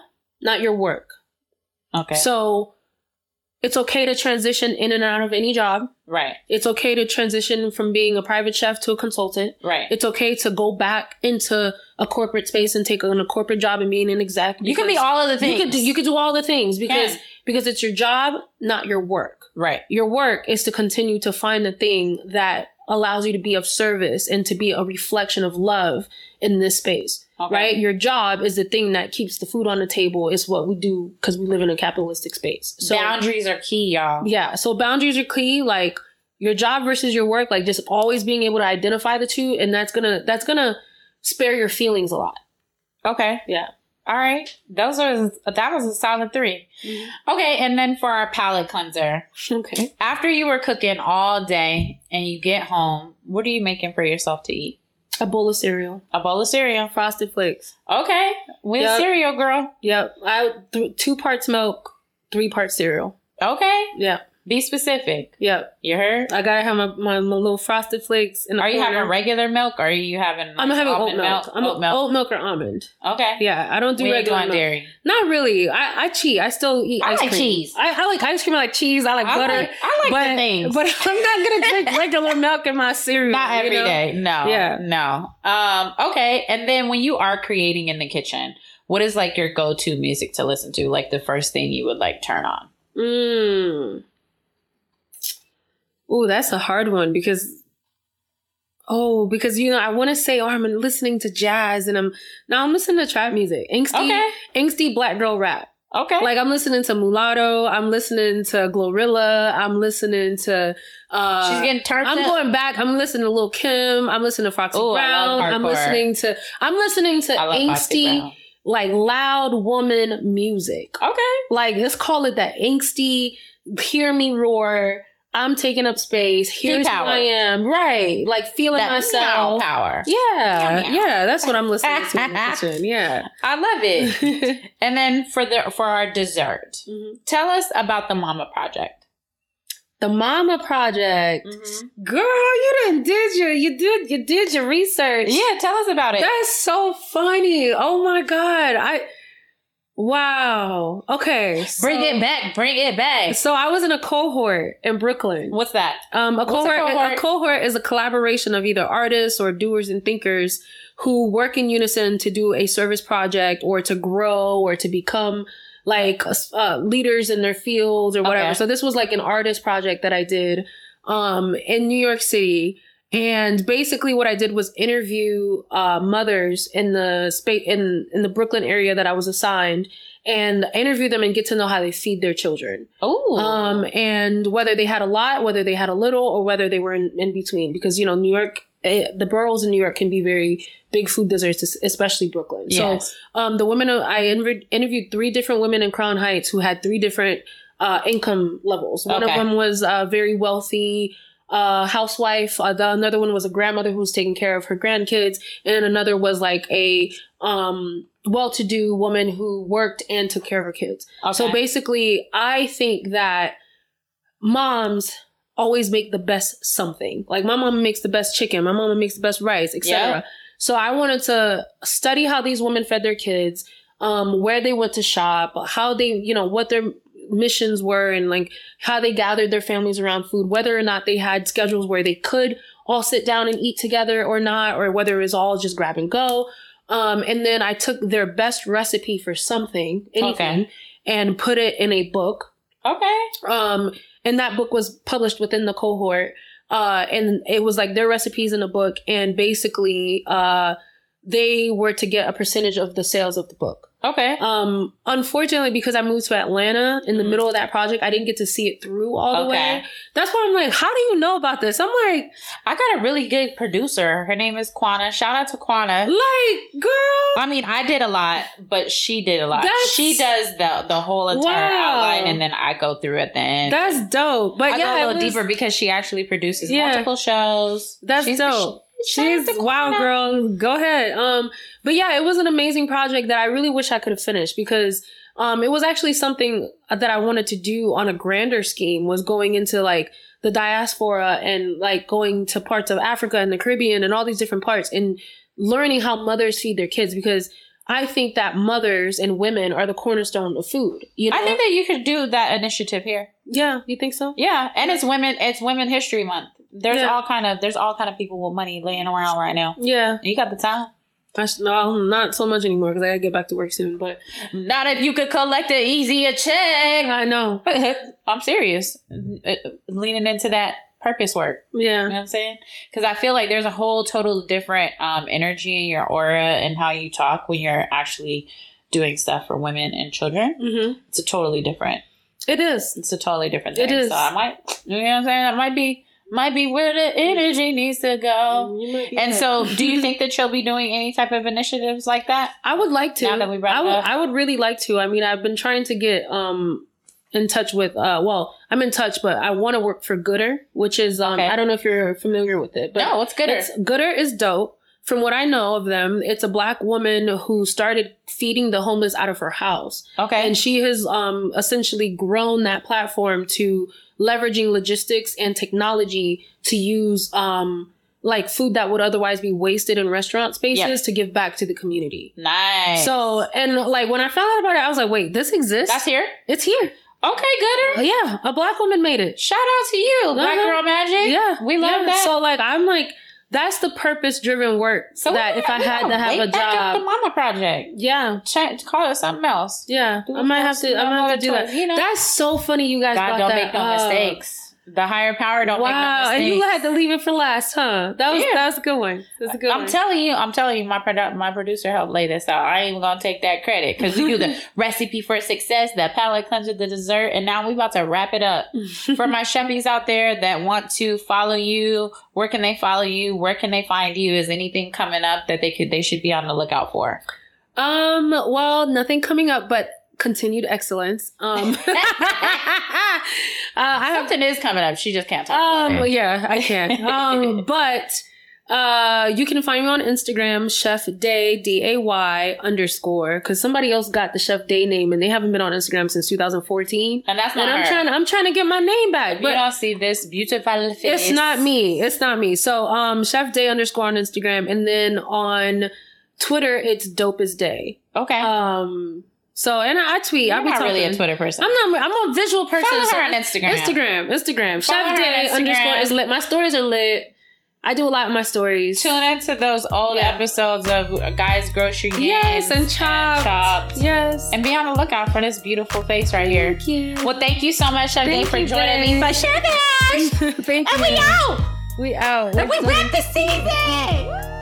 B: not your work.
A: Okay.
B: So it's okay to transition in and out of any job.
A: right.
B: It's okay to transition from being a private chef to a consultant.
A: Right.
B: It's okay to go back into a corporate space and take on a corporate job and being an exec.
A: you can be
B: because
A: all of the
B: you
A: things.
B: could do, you could do all the things because
A: Can.
B: because it's your job, not your work.
A: Right.
B: Your work is to continue to find the thing that allows you to be of service and to be a reflection of love in this space.
A: Okay.
B: Right? Your job is the thing that keeps the food on the table. Is what we do because we live in a capitalistic space. So
A: Boundaries are key, y'all.
B: yeah. So boundaries are key. Like your job versus your work. Like just always being able to identify the two, and that's gonna that's gonna spare your feelings a lot.
A: Okay.
B: Yeah.
A: All right. Those are that was a solid 3
B: Mhm.
A: Okay, and then for our palate cleanser,
B: Okay.
A: after you were cooking all day and you get home, what are you making for yourself to eat?
B: A bowl of cereal,
A: A bowl of cereal.
B: frosted flakes.
A: Okay, with
B: Yep.
A: cereal, girl.
B: Yep. I th- two parts milk, three parts cereal.
A: Okay,
B: Yep.
A: be specific.
B: Yep.
A: You heard?
B: I gotta have my, my, my little frosted flakes. In the
A: Are you
B: corner.
A: having regular milk? Or are you having?
B: I'm having oat milk.
A: almond
B: I'm
A: oat
B: a-
A: milk.
B: oat milk or almond.
A: Okay.
B: Yeah, I don't do
A: we ain't
B: regular
A: doing
B: milk.
A: dairy.
B: Not really. I, I cheat. I still eat
A: I
B: ice
A: like
B: cream.
A: cheese.
B: I, I like ice cream. I like cheese. I like
A: I
B: butter.
A: like, I like the things.
B: But I'm not
A: (laughs)
B: gonna drink regular milk in my cereal.
A: Not every
B: you know?
A: day, No.
B: Yeah.
A: No. Um, okay. And then when you are creating in the kitchen, what is like your go to music to listen to? Like the first thing you would like turn on?
B: Mm. Ooh, that's a hard one because oh, because you know I want to say oh I'm listening to jazz and I'm now I'm listening to trap music, angsty,
A: Okay.
B: angsty black girl rap.
A: Okay.
B: Like I'm listening to Mulatto, I'm listening to Glorilla, I'm listening to uh,
A: She's getting turned
B: I'm
A: up.
B: going back. I'm listening to Lil Kim. I'm listening to Foxy
A: Ooh, I love
B: Brown. I'm
A: hardcore.
B: listening to I'm listening to
A: I love Foxy
B: angsty,
A: Brown.
B: like loud woman music.
A: Okay.
B: Like let's call it that angsty, hear me roar. I'm taking up space. Here's who
A: power.
B: I am. Right. Like feeling
A: That
B: myself.
A: meow power.
B: Yeah.
A: Meow, meow.
B: Yeah. That's what I'm listening to in
A: (laughs)
B: the kitchen. Yeah.
A: I love it.
B: (laughs)
A: and then for the for our dessert,
B: Mhm.
A: tell us about the Mama Project.
B: The Mama Project.
A: Mm-hmm.
B: Girl, you done did your you did you did your research.
A: Yeah, tell us about it.
B: That's so funny. Oh my god. I wow. Okay. So,
A: bring it back. Bring it back.
B: So I was in a cohort in Brooklyn.
A: What's that?
B: Um, a
A: What's a
B: cohort, a cohort.
A: cohort?
B: is a collaboration of either artists or doers and thinkers who work in unison to do a service project or to grow or to become like uh, leaders in their fields or whatever.
A: Okay.
B: So this was like an artist project that I did um, in New York City. And basically, what I did was interview uh, mothers in the space in in the Brooklyn area that I was assigned, and interview them and get to know how they feed their children
A: Oh.
B: um, and whether they had a lot, whether they had a little, or whether they were in, in between. Because you know, New York, eh, the boroughs in New York can be very big food deserts, es- especially Brooklyn.
A: yes.
B: So, um, the women I inver- interviewed three different women in Crown Heights who had three different uh, income levels. One
A: Okay.
B: of them was a very wealthy uh, housewife. Uh, the, another one was a grandmother who was taking care of her grandkids, and another was like a um, well-to-do woman who worked and took care of her kids.
A: okay.
B: So basically, I think that moms always make the best something. Like my mama makes the best chicken, my mama makes the best rice, etc.
A: Yeah.
B: So I wanted to study how these women fed their kids, um, where they went to shop, how they, you know, what their missions were and like how they gathered their families around food, whether or not they had schedules where they could all sit down and eat together or not, or whether it was all just grab and go. Um, and then I took their best recipe for something, anything,
A: Okay.
B: and put it in a book.
A: Okay.
B: Um, and that book was published within the cohort. Uh, and it was like their recipes in a book. And basically, uh, they were to get a percentage of the sales of the book.
A: Okay.
B: Um, unfortunately, because I moved to Atlanta in the
A: Mhm.
B: middle of that project, I didn't get to see it through all the
A: Okay.
B: way. That's why I'm like, how do you know about this? I'm like,
A: I got a really good producer. Her name is Kwana. Shout out to Kwana. (laughs)
B: like, girl,
A: I mean, I did a lot, but she did a lot.
B: That's-
A: she does the the whole entire
B: Wow.
A: outline, and then I go through at the end.
B: that's dope. But
A: I
B: yeah,
A: go a
B: it
A: little
B: was-
A: deeper because she actually produces
B: Yeah.
A: multiple shows.
B: That's
A: She's-
B: dope.
A: she- shout out
B: She's
A: to
B: wow,
A: Kwana.
B: girl. Go ahead. Um, but yeah, it was an amazing project that I really wish I could have finished because um, it was actually something that I wanted to do on a grander scheme. Was going into like the diaspora and like going to parts of Africa and the Caribbean and all these different parts and learning how mothers feed their kids because I think that mothers and women are the cornerstone of food. You know?
A: I think that you could do that initiative here.
B: yeah. You think so?
A: Yeah, and it's women. It's Women History Month. There's
B: Yeah.
A: all kind of there's all kind of people with money laying around right now.
B: Yeah.
A: You got the time.
B: I sh- no, not so much anymore because I gotta get back to work soon. But
A: Not if you could collect an easier check. (laughs)
B: I know.
A: I'm serious. Uh, Leaning into that purpose work. You
B: Yeah.
A: know what I'm saying? Because I feel like there's a whole total different um, energy in your aura and how you talk when you're actually doing stuff for women and children.
B: hmm
A: It's a totally different.
B: It is.
A: It's a totally different thing.
B: It is.
A: So I might, you know what I'm saying? That might be, might be where the energy needs to go.
B: You might be
A: Oh, And
B: right.
A: so, do you think that you'll be doing any type of initiatives like that?
B: (laughs) I would like to.
A: Now that we brought
B: I
A: it
B: would,
A: up.
B: I would really like to. I mean, I've been trying to get um in touch with uh well, I'm in touch, but I want to work for Gooder, which is um
A: Okay.
B: I don't know if you're familiar with it, but
A: no, it's gooder.
B: it's- Gooder is dope. From what I know of them, it's a black woman who started feeding the homeless out of her house.
A: okay.
B: And she has um, essentially grown that platform to leveraging logistics and technology to use um, like food that would otherwise be wasted in restaurant spaces
A: Yeah.
B: to give back to the community.
A: nice.
B: So, and like when I found out about it, I was like, wait, this exists?
A: that's here.
B: it's here.
A: Okay, gooder.
B: Yeah, a black woman made it.
A: Shout out to you, Black
B: Uh-huh.
A: Girl Magic.
B: Yeah,
A: we love
B: yeah.
A: that.
B: So, like, I'm like, that's the purpose driven work
A: So
B: that
A: we
B: if I
A: gotta- we
B: had to
A: gotta
B: have
A: wake
B: a
A: back up
B: job.
A: the Mama Project.
B: yeah,
A: Check, call it something else.
B: yeah.
A: Do
B: I might have to. I
A: some
B: might have to do
A: other
B: that.
A: choice, you know?
B: That's so funny. You guys
A: God
B: brought
A: don't
B: that
A: make no
B: up.
A: mistakes. The higher power don't
B: wow,
A: make no
B: and you
A: mistakes.
B: had to leave it for last, huh? That was
A: Yeah.
B: that was a good one. That's a good
A: I'm
B: one.
A: telling you, I'm telling you, my produ- my producer helped lay this out. I ain't even gonna take that credit because you do
B: (laughs)
A: the recipe for success, the palate cleanser, the dessert, and now we about to wrap it
B: (laughs)
A: up. For my chefs out there that want to follow you, where can they follow you? Where can they find you? Is anything coming up that they could they should be on the lookout for? (laughs)
B: um, well, nothing coming up, but continued excellence.
A: (laughs)
B: Um, uh, (laughs) I have
A: Something is coming up. She just can't talk. about
B: um,
A: it.
B: yeah, I
A: (laughs)
B: can. Um, but uh, you can find me on Instagram, Chef Day D A Y underscore, because somebody else got the Chef Day name and they haven't been on Instagram since 2014.
A: and that's not
B: And I'm
A: her.
B: trying. I'm trying to get my name back.
A: If you
B: But
A: don't see this beautiful face.
B: It's not me. It's not me. So um Chef Day underscore on Instagram and then on Twitter it's dope as day.
A: Okay.
B: Um so and I tweet.
A: You're
B: I'll be
A: not
B: talking.
A: really a Twitter person.
B: I'm not I'm a visual person.
A: Follow
B: so
A: her on Instagram.
B: Instagram. Instagram.
A: Follow her on
B: Chef Day
A: Instagram.
B: underscore is lit. My stories are lit. I do a lot of my stories.
A: Tune into those old
B: Yeah.
A: episodes of Guys Grocery Games.
B: Yes, and chopped.
A: Chopped.
B: Yes.
A: And be on the lookout for this beautiful face right here.
B: thank you.
A: Well, thank you so much, Chef Day,
B: Thank
A: for
B: you,
A: joining me
B: babe.
A: for
B: (laughs)
A: Chef Day.
B: thank you.
A: And we out.
B: We out.
A: And we
B: We're
A: wrap the season.